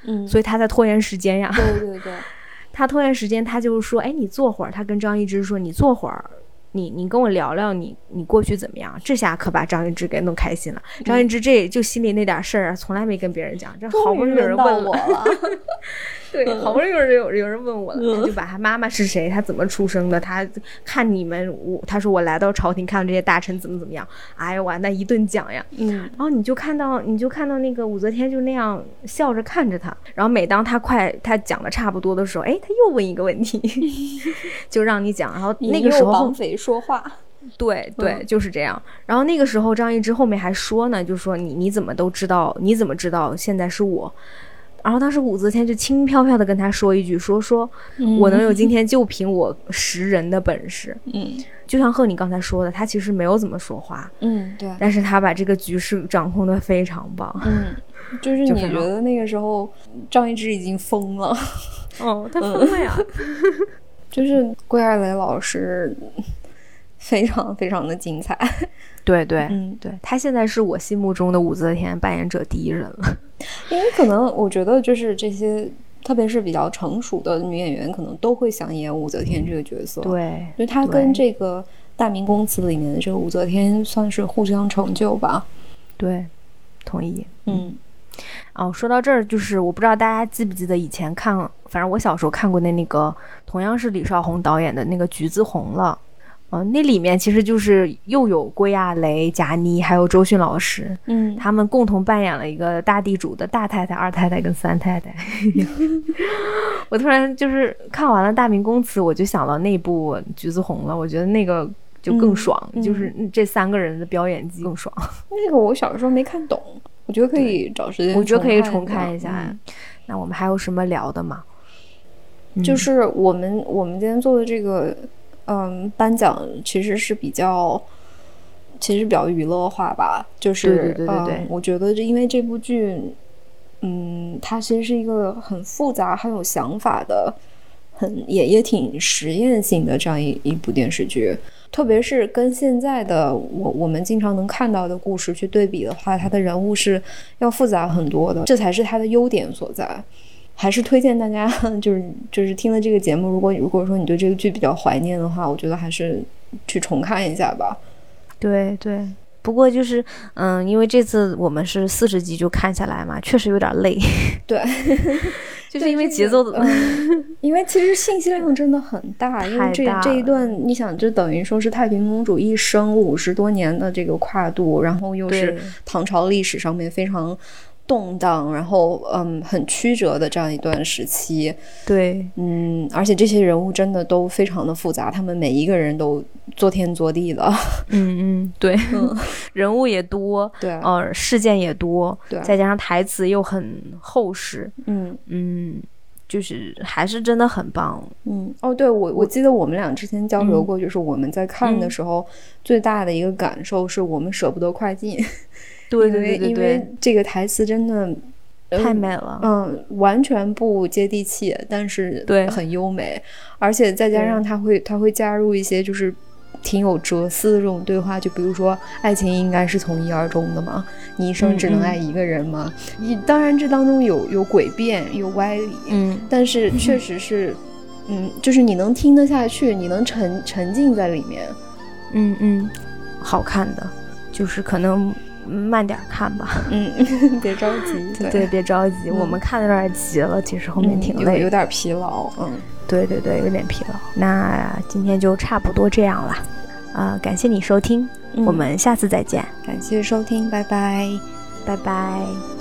嗯，所以她在拖延时间呀。 对对对，她拖延时间，她就说：“哎，你坐会儿。”她跟张易之说：“你坐会儿，你你跟我聊聊你你过去怎么样。”这下可把张易之给弄开心了。嗯张易之这就心里那点事儿啊，从来没跟别人讲，这好不容易有人到问我了， 了，对，好不容易有人有有人问我了，嗯他就把他妈妈是谁，他怎么出生的，他看你们，我他说我来到朝廷看这些大臣怎么怎么样，哎呦哇，那一顿讲呀，嗯然后你就看到你就看到那个武则天就那样笑着看着他，然后每当他快他讲的差不多的时候，哎，他又问一个问题， 就让你讲，然后那个时你又候绑匪说话，对对就是这样，然后那个时候张易之后面还说呢，就说你你怎么都知道，你怎么知道现在是我。然后当时武则天就轻飘飘的跟他说一句，说说我能有今天就凭我识人的本事。嗯就像贺你刚才说的，他其实没有怎么说话，嗯对，但是他把这个局势掌控的非常棒。嗯，就是就你很觉好得那个时候张易之已经疯了， 哦，他疯了呀！ 就是桂二雷老师 非常非常的精彩， 对对、嗯。对，他现在是我心目中的武则天扮演者第一人了。因为可能我觉得就是这些，特别是比较成熟的女演员，可能都会想演武则天这个角色。，对因为她跟这个《大明宫词》里面的这个武则天算是互相成就吧。对，同意。嗯哦，说到这儿，就是我不知道大家记不记得以前看，反正我小时候看过的那个，同样是李少红导演的那个《橘子红了》。嗯、那里面其实就是又有郭亚蕾、贾妮，还有周迅老师，嗯，他们共同扮演了一个大地主的大太太、二太太跟三太 太。我突然就是看完了《大明宫词》，我就想到那部《橘子红了》，我觉得那个就更爽，嗯嗯就是这三个人的表演技更爽。那个我小时候没看懂，我觉得可以找时间，我觉得可以重重看一一下。嗯那我们还有什么聊的吗？嗯就是我们我们今天做的这个，嗯，颁奖其实是比较，其实比较娱乐化吧。就是对对对对对嗯，我觉得这因为这部剧，嗯，它其实是一个很复杂、很有想法的，很也也挺实验性的这样一一部电视剧。特别是跟现在的我我们经常能看到的故事去对比的话，它的人物是要复杂很多的，这才是它的优点所在。还是推荐大家，就是就是听了这个节目，如果如果说你对这个剧比较怀念的话，我觉得还是去重看一下吧。对对。不过就是，嗯，因为这次我们是四十集就看下来嘛，确实有点累，对，就是因为节奏的，嗯，因为其实信息量真的很大，因为这太大了这一段，你想，这等于说是太平公主一生五十多年的这个跨度，然后又是对唐朝历史上面非常动荡，然后嗯很曲折的这样一段时期，对，嗯，而且这些人物真的都非常的复杂，他们每一个人都做天做地的， 嗯嗯，对， 人物也多，对，呃，事件也多，对再加上台词又很厚实，嗯嗯，就是还是真的很棒。 嗯，哦，对，我我记得我们俩之前交流嗯过，就是我们在看的嗯时候，最大的一个感受是我们舍不得快进，对因对为对对因为对，这个台词真的呃太美了。嗯，完全不接地气，但是对很优美，而且再加上它会它会加入一些就是挺有哲思的这种对话，就比如说爱情应该是从一而终的嘛，你一生只能嗯嗯爱一个人嘛，你当然这当中有有诡辩，有歪理，嗯，但是确实是，嗯，就是你能听得下去，你能沉沉浸在里面。嗯嗯，好看的，就是可能慢点儿看吧，嗯， 别着急，对，嗯别着急，我们看的有点急了，其实后后面挺嗯有累有的，点疲劳。嗯，对对对，有点疲劳。那今天就差不多这样了，啊、感谢你收听，我嗯们下次再见，感谢收听，拜拜。拜拜。